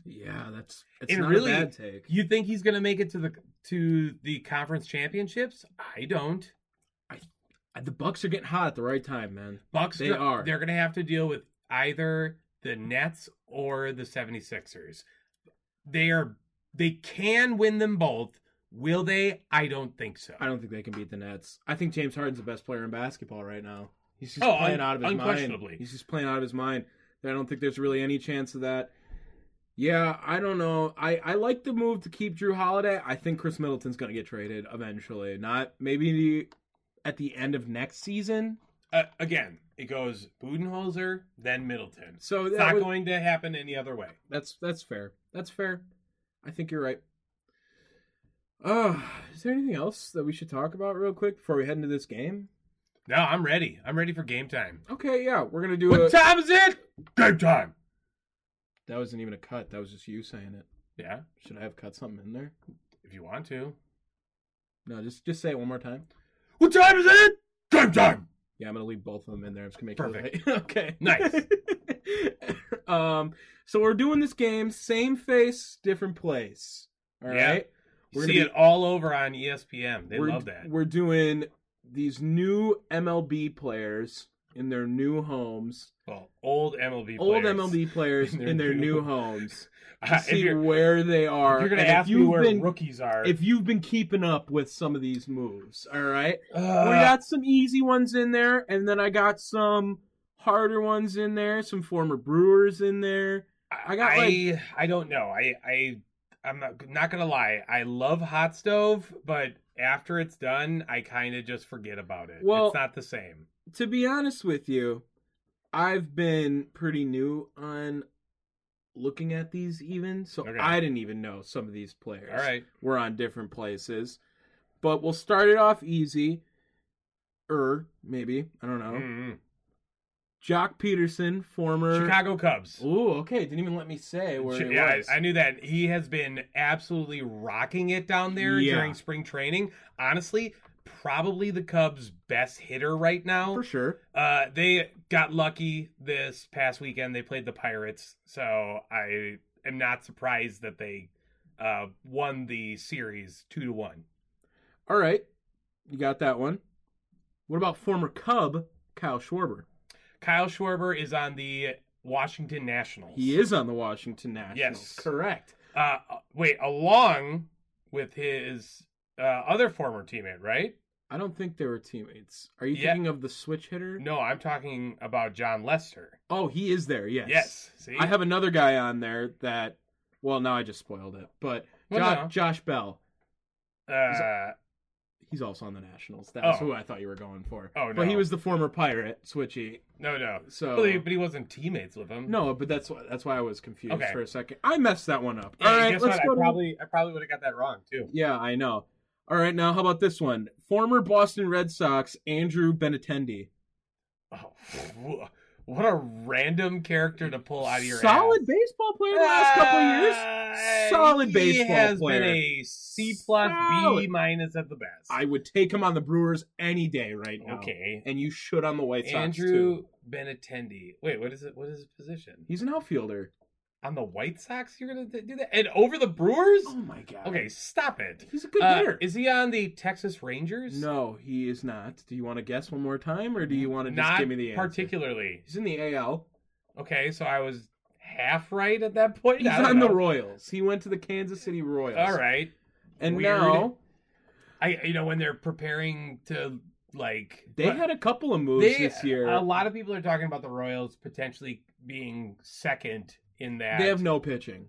Yeah, that's it's And not really, a bad take. You think he's going to make it to the to the conference championships? I don't. the Bucks are getting hot at the right time, man. Bucks They go- are. They're going to have to deal with either the Nets or the 76ers. They are they can win them both. Will they? I don't think so. I don't think they can beat the Nets. I think James Harden's the best player in basketball right now. He's just Oh, playing un- out of his unquestionably. mind. He's just playing out of his mind. I don't think there's really any chance of that. Yeah, I don't know. I, I like the move to keep Drew Holiday. I think Chris Middleton's going to get traded eventually. Not maybe the, at the end of next season. Uh, again, it goes Budenholzer, then Middleton. So it's that not would- going to happen any other way. That's that's fair. That's fair. I think you're right. Uh, is there anything else that we should talk about real quick before we head into this game? No, I'm ready. I'm ready for game time. Okay, yeah, we're gonna do a. What time is it? Game time. That wasn't even a cut. That was just you saying it. Yeah, Should I have cut something in there? if you want to. No, just just say it one more time. What time is it? Game time. Yeah, I'm gonna leave both of them in there. I'm just gonna make It [LAUGHS] Perfect. okay. Nice. [LAUGHS] um, so we're doing this game, same face, different place. All Yeah. right? You We're see gonna it all over on E ESPN. They we're, love that. We're doing these new MLB players in their new homes. Well, old MLB. Old players. MLB players In in their their, new- new, [LAUGHS] homes. Uh, To [LAUGHS] if see you're- where they are. If you're gonna and if ask me you've where been- rookies are. if you've been keeping up with some of these moves, all right? we Uh, got some easy ones in there, and then I got some harder ones in there, some former Brewers in there. I got, I, I don't know. I I I'm not not gonna lie. I love hot stove, but after it's done, I kind of just forget about it. Well- it's not the same. To be honest with you, I've been pretty new on looking at these even, so Okay. I didn't even know some of these players. All right. We're on different places. But we'll start it off easy. er, maybe. I don't know. Mhm. Jock Peterson, former Chicago Cubs. Ooh, okay. Didn't even let me say where Chi- he yeah, was. I, I knew that. He has been absolutely rocking it down there Yeah. during spring training. Honestly, probably the Cubs' best hitter right now. for sure. Uh, they got lucky this past weekend. They played the Pirates, so I am not surprised that they uh, won the series two to one. All right, you got that one. What about former Cub Kyle Schwarber? Kyle Schwarber is on the Washington Nationals. He is on the Washington Nationals. Yes. correct. Uh, wait, along with his uh, other former teammate, right? I don't think they were teammates. Are you Yeah. thinking of the switch hitter? No, I'm talking about John Lester. Oh, he is there. Yes. Yes. See, I have another guy on there that. Well, now I just spoiled it. But Well, Jo- no. Josh Bell, Uh, he's also on the Nationals. That was Oh. who I thought you were going for. Oh, But he no. was the former Pirate switchy. no, no. So- but he, but he wasn't teammates with him. No, but that's why that's why I was confused Okay. for a second. I messed that one up. Yeah, All right, guess let's what? go. I to- probably, I probably would have got that wrong too. Yeah, I know. All right, now how about this one? Former Boston Red Sox Andrew Benatendi. Oh, wh- what a random character to pull out of your Solid ass. baseball player the last couple of years. Uh, Solid he baseball has player. been a C plus B Solid. minus at the best. I would take him on the Brewers any day right now. okay. And you should on the White Sox too. Andrew Benatendi. Wait, what is it? What is his position? He's an outfielder. On the White Sox, you're gonna do that, and over the Brewers? Oh my god. Okay, stop it. He's a good Uh, hitter. Is he on the Texas Rangers? No, he is not. Do you want to guess one more time or do you want to just not give me the answer? particularly. He's in the AL. Okay, so I was half right at that point. He's I don't on the know. Royals. He went to the Kansas City Royals. All right. And Weird. now I you know when they're preparing to like they but had a couple of moves they- this year. A lot of people are talking about the Royals potentially being second in that. They have no pitching.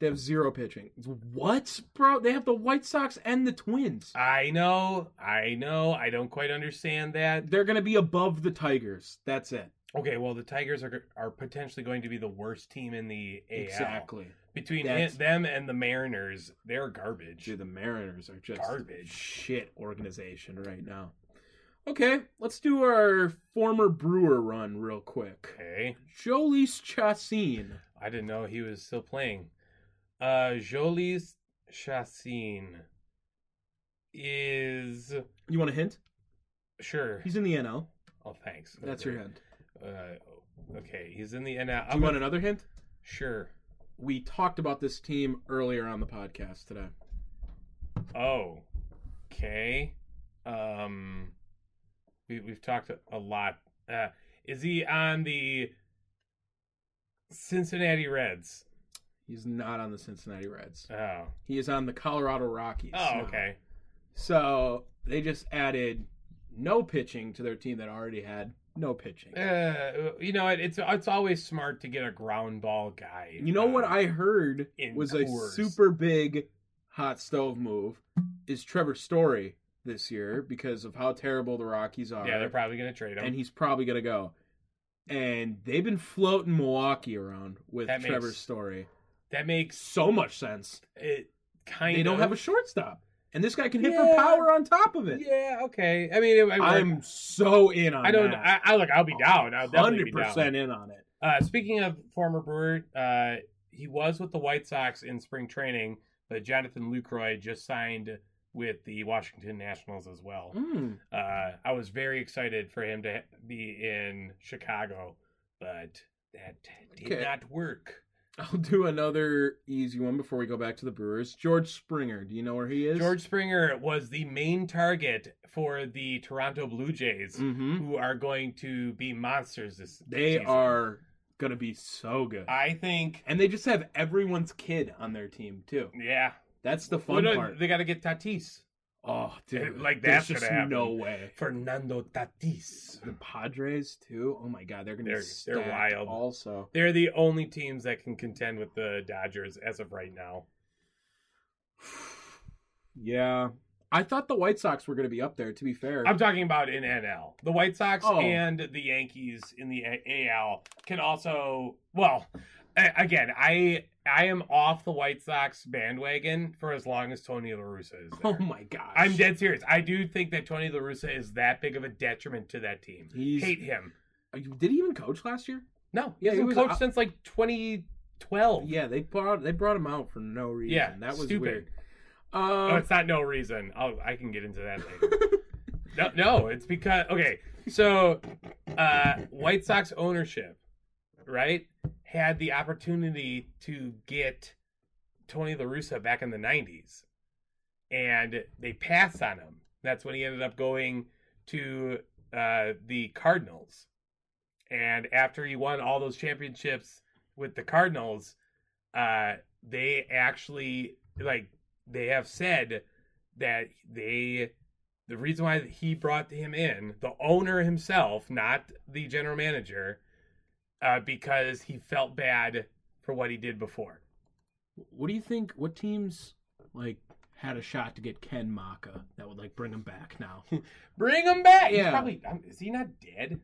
They have zero pitching. What, bro? They have the White Sox and the Twins. I know, I know. I don't quite understand that. They're going to be above the Tigers. That's it. Okay, well the Tigers are are potentially going to be the worst team in the AL. Exactly. Between That's- it, them and the Mariners, they're garbage. Dude, the Mariners are just Garbage. shit organization right now. Okay, let's do our former Brewer run real quick. Okay. Jolie's Chassin. I didn't know he was still playing. Uh Jolie's Chassin is You want a hint? sure. He's in the NL. Oh, thanks. That's your hint. Uh, okay, he's in the NL. Do you want another hint? Sure. We talked about this team earlier on the podcast today. Oh, okay. Um, we we've talked a, a lot. Uh, is he on the Cincinnati Reds? He's not on the Cincinnati Reds. Oh. He is on the Colorado Rockies. Oh, now. okay. So they just added no pitching to their team that already had no pitching. Uh, you know, it, it's it's always smart to get a ground ball guy. You know what Uh, I heard in was Coors. a super big hot stove move is Trevor Story this year because of how terrible the Rockies are. Yeah, they're probably gonna trade him. and he's probably gonna go. And they've been floating Milwaukee around with That Trevor makes Story. that makes So much sense. it kind. They don't of- have a shortstop, and this guy can hit Yeah. for power on top of it. Yeah. Okay. I mean, it, it, I'm so in on. I don't. that. I, I look. I'll be down. I'll definitely hundred be down. percent in on it. Uh, speaking of former Brewer, uh, he was with the White Sox in spring training, but Jonathan Lucroy just signed with the Washington Nationals as well. Hmm. Uh, I was very excited for him to ha- be in Chicago, but that did Okay. not work. I'll do another easy one before we go back to the Brewers. George Springer, do you know where he is? George Springer was the main target for the Toronto Blue Jays, Mhm. who are going to be monsters this They season. are gonna be so good, I think. and they just have everyone's kid on their team too. Yeah. That's the Well, fun no, part. They got to get Tatis. oh, dude, Like, there's that's just gonna happen. no way. Fernando Tatis. The Padres too. Oh my God, they're gonna They're- be they're stacked wild. Also, They're the only teams that can contend with the Dodgers as of right now. yeah. I thought the White Sox were gonna be up there. To be fair, I'm talking about in NL. The White Sox Oh. and the Yankees in the A- AL can also, well, a- again, I I am off the White Sox bandwagon for as long as Tony La Russa is [LAUGHS] Oh there. my gosh. I'm dead serious. I do think that Tony La Russa is that big of a detriment to that team. He's- Hate him. Are you- Did he even coach last year? No, he Yeah, he hasn't was coached out- since like 2012. Yeah, they brought they brought him out for no reason. Yeah, that was stupid. weird. Oh, Uh, it's not no reason. I'll, I can get into that later. no, no, it's because okay. So, uh, White Sox ownership, right, had the opportunity to get Tony La Russa back in the '90s, and they passed on him. That's when he ended up going to uh, the Cardinals, and after he won all those championships with the Cardinals, uh, they actually like they have said that they the reason why he brought him in the owner himself not the general manager uh, because he felt bad for what he did before what do you think? What teams like had a shot to get Ken Maka that would like bring him back now? uh, [LAUGHS] bring him back he's Yeah. probably um, is he not dead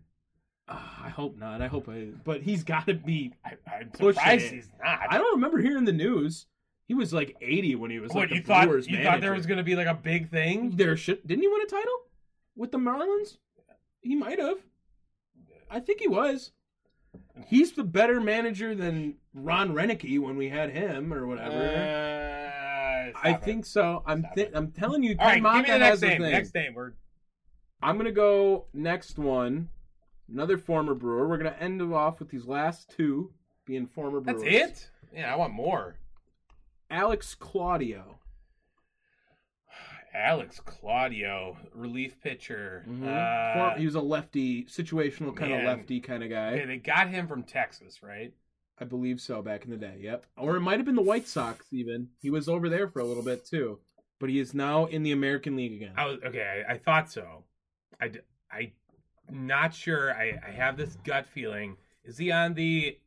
Uh, I hope not. I hope, I, but he's got to be. I, i'm Pushing surprised it. he's not I don't remember hearing the news. He was like 80 when he was like what the you thought Brewers you manager. thought there was gonna be like a big thing There should didn't he win a title with the Marlins? He might have. I think he was. He's the better manager than Ron Renicky when we had him or whatever. Uh, I stop it. think so. I'm Stop th- it. I'm telling you, all Ken right give me Maka the next has a name thing. next name we're I'm gonna go next one. Another former Brewer. We're gonna end it off with these last two being former that's Brewers. it yeah i want more Alex Claudio. Alex Claudio, relief pitcher. Mm-hmm. For- Uh, he was a lefty, situational kind man. of lefty kind of guy. okay, they got him from Texas, right? I believe so back in the day. Yep. Or it might have been the White Sox even. He was over there for a little bit too. But he is now in the American League again. I was okay. I, I thought so. I d- I not sure. I I have this gut feeling. Is he on the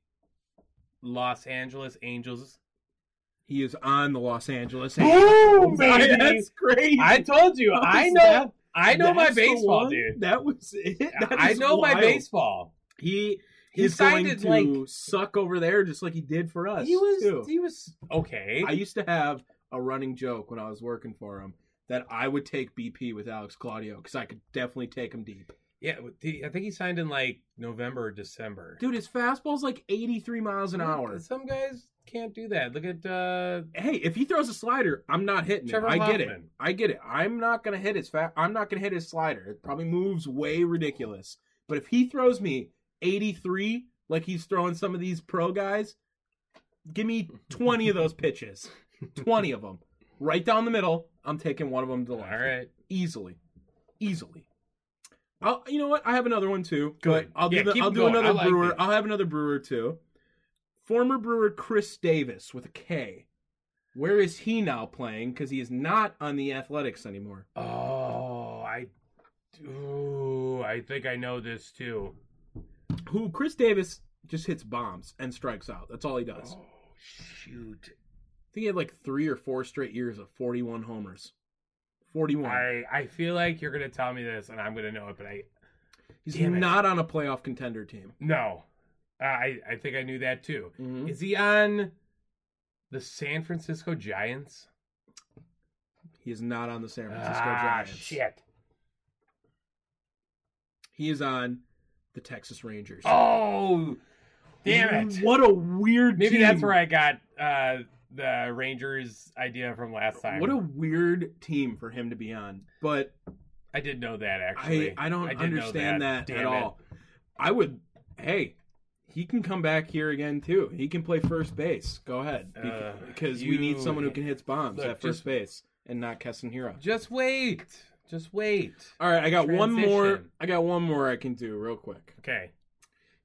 Los Angeles Angels? He is on the Los Angeles Boom, Angels. [LAUGHS] That's crazy. I told you. What I is know. that? I know my That's the baseball, one? dude. That was it. [LAUGHS] That I is know my wild. baseball. He He is signed going it, to like- suck over there just like he did for us. He was. too. He was okay. I used to have a running joke when I was working for him that I would take BP with Alex Claudio because I could definitely take him deep. yeah, but he- I think he signed in like November or December. Dude, his fastball's like 83 miles an hour. Some guys can't do that. Look at uh hey, if he throws a slider, I'm not hitting Trevor it. I get it. Hoffman. I get it. I'm not gonna hit his fat. I'm not gonna hit his slider. It probably moves way ridiculous. But if he throws me 83, like he's throwing some of these pro guys, give me 20 of [LAUGHS] those pitches, 20 of them, right down the middle. I'm taking one of them to the All left right. easily, easily. I'll, you know what? I have another one too. Good. But I'll Yeah, do. The, keep I'll do going. I another like brewer. these. I'll have another brewer too. Former brewer Chris Davis with a K. Where is he now playing? Because he is not on the Athletics anymore. Oh, I do. I think I know this too. Who Chris Davis just hits bombs and strikes out. That's all he does. Oh shoot! I think he had like three or four straight years of forty-one homers. Forty-one. I I feel like you're gonna tell me this, and I'm gonna know it, but I He's damn it. not on a playoff contender team. no. Uh, I I think I knew that too. Mhm. Is he on the San Francisco Giants? He is not on the San Francisco ah, Giants. shit! He is on the Texas Rangers. Oh, damn it! What a weird Maybe team. that's where I got uh, the Rangers idea from last time. What a weird team for him to be on. But I did know that I, actually. I don't did know understand that, at Damn it. all. I would hey, he can come back here again too. He can play first base. Go ahead. Uh, Because we need you- someone who can hit bombs Look, at first just- base and not Keston Hero. Just wait. Just wait. All right, I got one more Transition. I got one more I can do real quick. Okay.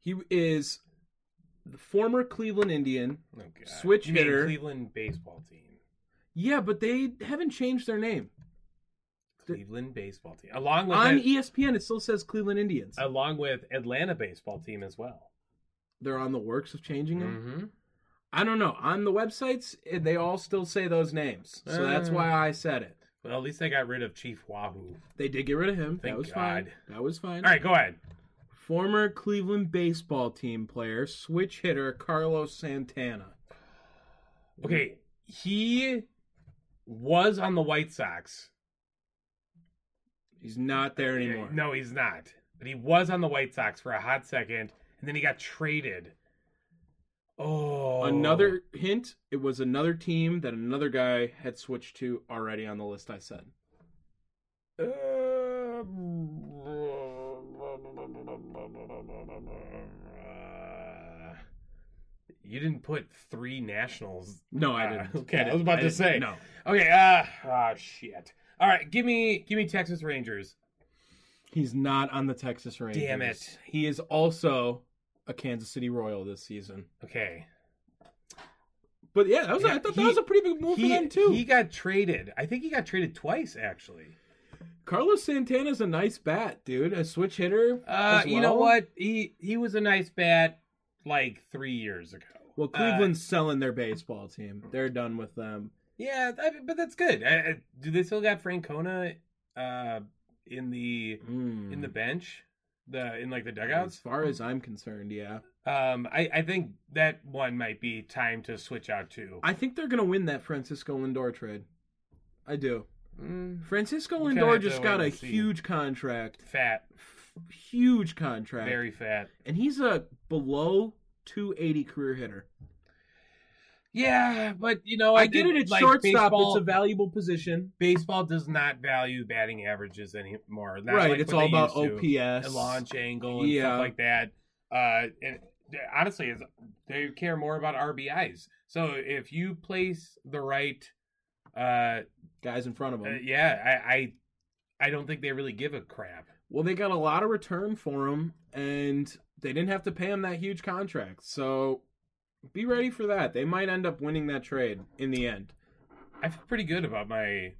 He is the former Cleveland Indian. Oh, God. Switch You mean hitter. Cleveland baseball team. Yeah, but they haven't changed their name. Cleveland baseball team. Along with On E At- ESPN it still says Cleveland Indians. along with Atlanta baseball team as well. they're on the works of changing them. Mm-hmm. I don't know. On the websites, eh, they all still say those names, so that's Uh. why I said it. Well, at least they got rid of Chief Wahoo. They did get rid of him. Thank that was God. fine. That was fine. All right, go ahead. Former Cleveland baseball team player, switch hitter Carlos Santana. Okay, he was on the White Sox. He's not there anymore. No, he's not. But he was on the White Sox for a hot second, and then he got traded. Oh, Another hint, it was another team that another guy had switched to already on the list I said. Uh, you didn't put three nationals. No, I Uh, didn't. [LAUGHS] okay, I was about to didn't. say. No. Okay. Ah, ah, shit. All right, give me, give me Texas Rangers. He's not on the Texas Rangers. Damn it. He is also a Kansas City Royal this season. Okay. But yeah, that was I Yeah, thought he- that was a pretty big move he, for them too. He got traded. I think he got traded twice, actually. Carlos Santana's a nice bat, dude. A switch hitter. Uh, as you know well. what? He he was a nice bat like three years ago. Well, Uh, Cleveland's selling their baseball team. They're done with them. Yeah, I, but that's good. I, I, do they still got Francona uh, in the in the bench, the in like the As dugouts? far as I'm concerned, yeah. Um, I I think that one might be time to switch out to. I think they're gonna win that Francisco Lindor trade. I do. Mm, Francisco We're gonna Lindor have to just got wait a and see. huge contract, fat, huge contract, very fat. and he's a below 280 career hitter. Yeah, but you know, I get it at Oh, like, shortstop; baseball- it's a valuable position. baseball does not value batting averages anymore. Not Right, like it's what all they about used to. OPS. and launch angle, and Yeah. stuff like that. Uh, and th- honestly, it's, they care more about RBIs. So if you place the right, uh, Guys in front of uh, him. yeah, I, I, I don't think they really give a crap. Well, they got a lot of return for him, and they didn't have to pay him that huge contract. So be ready for that. They might end up winning that trade in the end. I feel pretty good about my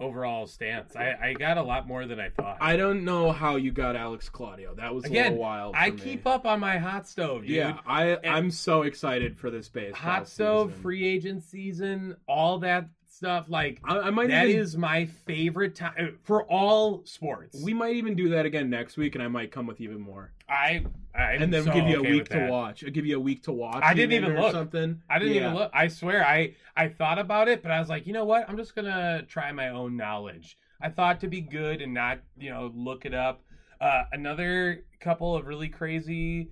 overall stance. I, I got a lot more than I thought. I don't know how you got Alex Claudio. That was a Again, little wild. I keep up on my hot stove, dude. Yeah, I I'm so excited for this baseball. hot stove, season. free agent season, all that stuff. Like I, I might that even, is my favorite time for all sports. we might even do that again next week, and I might come with even more, I, I and then give you a week to watch. I'll give you a week to watch. I didn't even or look. something. I didn't Yeah. even look. I swear, I I thought about it, but I was like, you know what? I'm just gonna try my own knowledge. I thought to be good and not, you know, look it up. Uh, another couple of really crazy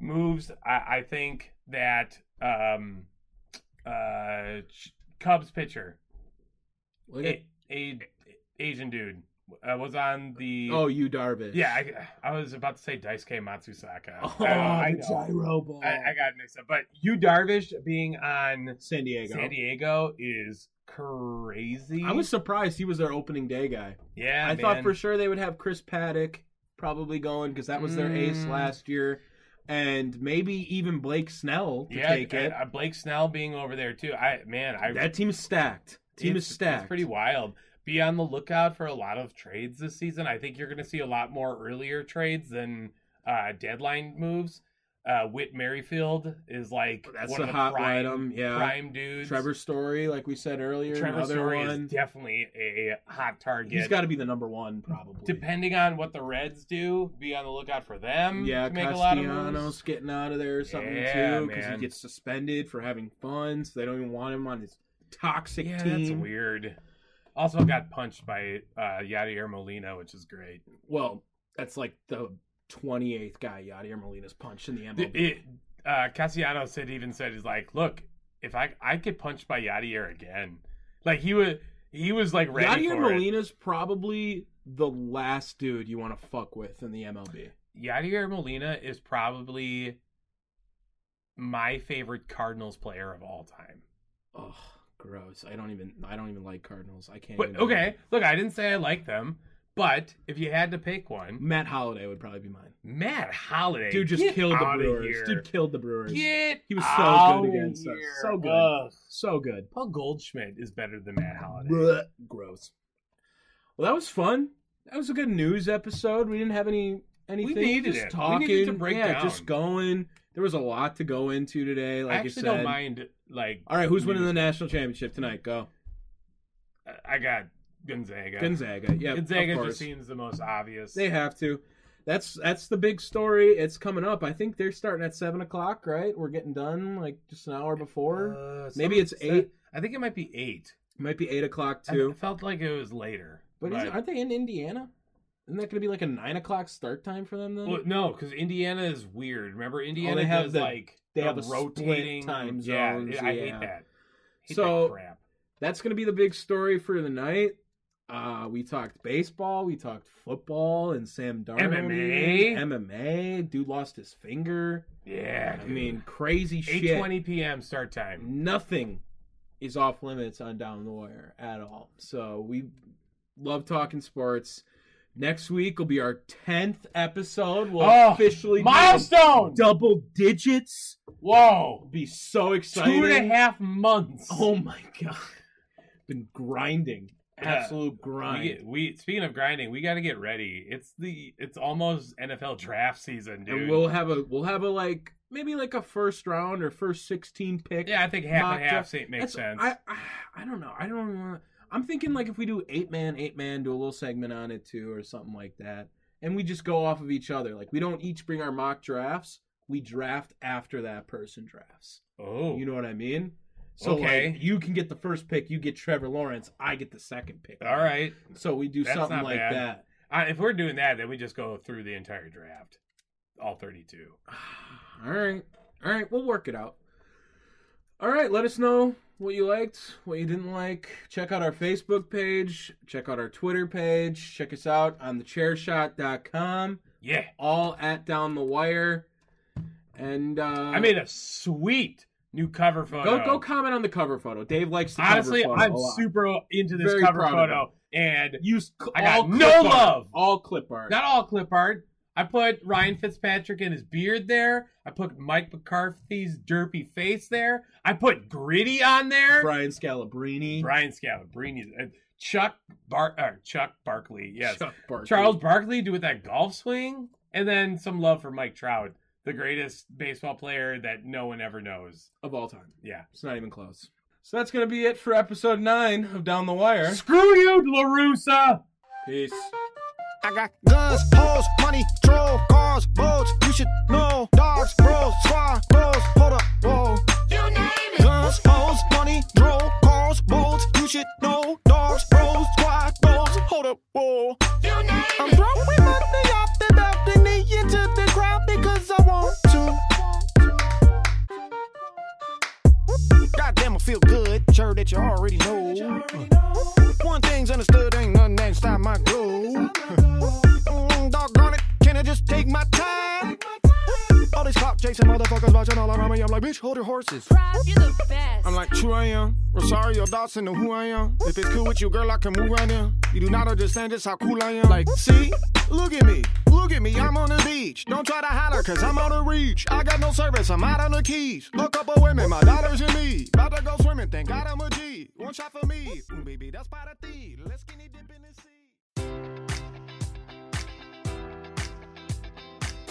moves. I, I think that um, uh, Cubs pitcher, Look at- a, a- Asian dude, uh, was on the. oh, you Darvish. Yeah, I, I was about to say Daisuke Matsusaka. [LAUGHS] Oh, I, I the know. gyro ball. I, I got mixed up. But you Darvish being on San Diego. San Diego is crazy. I was surprised he was their opening day guy. yeah. I thought man. for sure they would have Chris Paddock probably going because that was their ace Mm. last year, and maybe even Blake Snell to yeah, take it. uh, Blake Snell being over there too. I man, I that team's stacked. Team it's- is stacked. It's pretty wild. Be on the lookout for a lot of trades this season. I think you're going to see a lot more earlier trades than uh, deadline moves. Uh, Whit Merrifield is like Oh, That's a one of the hot prime, item, yeah. prime dudes. Trevor Story, like we said earlier, Trevor another Story one. is definitely a hot target. He's got to be the number one probably. depending on what the Reds do, be on the lookout for them. yeah, to make a lot of moves. Castellanos getting out of there or something Yeah, too because he man. gets suspended for having fun, so they don't even want him on his toxic Yeah, team. that's weird. Also got punched by uh, Yadier Molina, which is great. Well, that's like the 28th guy Yadier Molina's punched in the MLB. Th- It, uh, Cassiano said even said he's like, look, if I I get punched by Yadier again, like he was he was like ready Yadier for it. Molina's probably the last dude you want to fuck with in the MLB. Yadier Molina is probably my favorite Cardinals player of all time. Oh, gross. I don't even I don't even like Cardinals. I can't. But even do okay, it. look, I didn't say I like them, but if you had to pick one, Matt Holliday would probably be mine. Matt Holiday. Dude just get killed the outta Brewers. Here. Dude killed the Brewers. Get He was so outta good against us. here. So good. Ugh. So good. Paul Goldschmidt is better than Matt Holiday. Blech. Gross. Well, that was fun. That was a good news episode. We didn't have any anything. needed just it. We talking. needed to break yeah, down. just going. There was a lot to go into today. Like I you actually said. don't mind. Like, All right, who's winning the national championship tonight? Go I got Gonzaga. Gonzaga. Yeah, Gonzaga of just course. seems the most obvious. Uh, They have to. that's that's the big story. It's coming up. I think they're starting at seven o'clock, right? We're getting done like just an hour before. Uh, Maybe it's someone said- eight. I think it might be eight. Might be eight o'clock I too. felt like it was later. But is, aren't they in Indiana? Isn't that going to be like a nine o'clock start time for them then? Well, no, because Indiana is weird. Remember, Indiana Oh, have does the- like they the have a split time Yeah, zones, I hate yeah. that. Hate So- that crap. That's going to be the big story for the night. Uh, we talked baseball, we talked football, and Sam Darnold. MMA. MMA. Dude lost his finger. Yeah, I dude. mean, crazy shit. eight twenty p.m. start time. nothing is off limits on Down the Wire at all. So we love talking sports. Next week will be our tenth episode. We'll Oh, officially be in milestone! double digits. Whoa, Be so excited! two and a half [LAUGHS] months. Oh my god, been grinding, absolute grind. We, get- we speaking of grinding, we got to get ready. It's the it's almost NFL draft season, dude. and we'll have a we'll have a like maybe like a first round or first sixteen pick. yeah, I think half and mock half draft. sa- That's- makes sense. I, I I don't know. I don't want. I'm thinking like if we do eight man, eight man, do a little segment on it too, or something like that, and we just go off of each other. Like we don't each bring our mock drafts. We draft after that person drafts. oh, You know what I mean? So Okay. like you can get the first pick. You get Trevor Lawrence. I get the second pick. all right. So we do That's something not like bad. that. I, if we're doing that, then we just go through the entire draft, all thirty-two. All right. All right. We'll work it out. All right. Let us know what you liked, what you didn't like. Check out our Facebook page. Check out our Twitter page. Check us out on thechairshot.com. Yeah. All at Down the Wire. And uh, I made a sweet new cover photo. go go comment on the cover photo. Dave likes the Honestly, cover photo. I'm a lot. super into this Very cover proud of photo, and Use cl- I got all no clip art. love. All clip art. not all clip art. I put Ryan Fitzpatrick and his beard there. I put Mike McCarthy's derpy face there. I put Gritty on there. Brian Scalabrini. Brian Scalabrine, uh, Chuck Bar, or Chuck Barkley, yes, Chuck Barkley. Charles Barkley do with that golf swing, and then some love for Mike Trout, the greatest baseball player that no one ever knows. of all time. Yeah. It's not even close. So that's gonna be it for episode nine of Down the Wire. Screw you, Larusa. Peace. I got guns, hoes, money, troll, cars, roads. You should know. Dogs, bros, squad, bros. Hold up, whoa. You name it. Guns, hoes, money, troll, cars, roads. You should know. Dogs, bros, squad, bros. Hold up, whoa. You name it. I'm throwing money off the balcony into the crowd because I want to. Goddamn, I feel good. Sure that you already know. One thing's understood, ain't nothing that can stop my glow. Mm, doggone it, can I just take my time? All these clock chasing motherfuckers watching all around me. I'm like, bitch, hold your horses. Rob, you're the best. I'm like, true I am. Rosario Dawson know who I am. If it's cool with you, girl, I can move right in. You do not understand just how cool I am. Like, see? Look at me. Look at me. I'm on the beach. Don't try to holler, cause I'm out of reach. I got no service. I'm out on the keys. A couple women, my daughter's in me. About to go swimming. Thank God I'm a G. One shot for me. Mm, baby, that's by the thee. Let's skinny dip in the sea.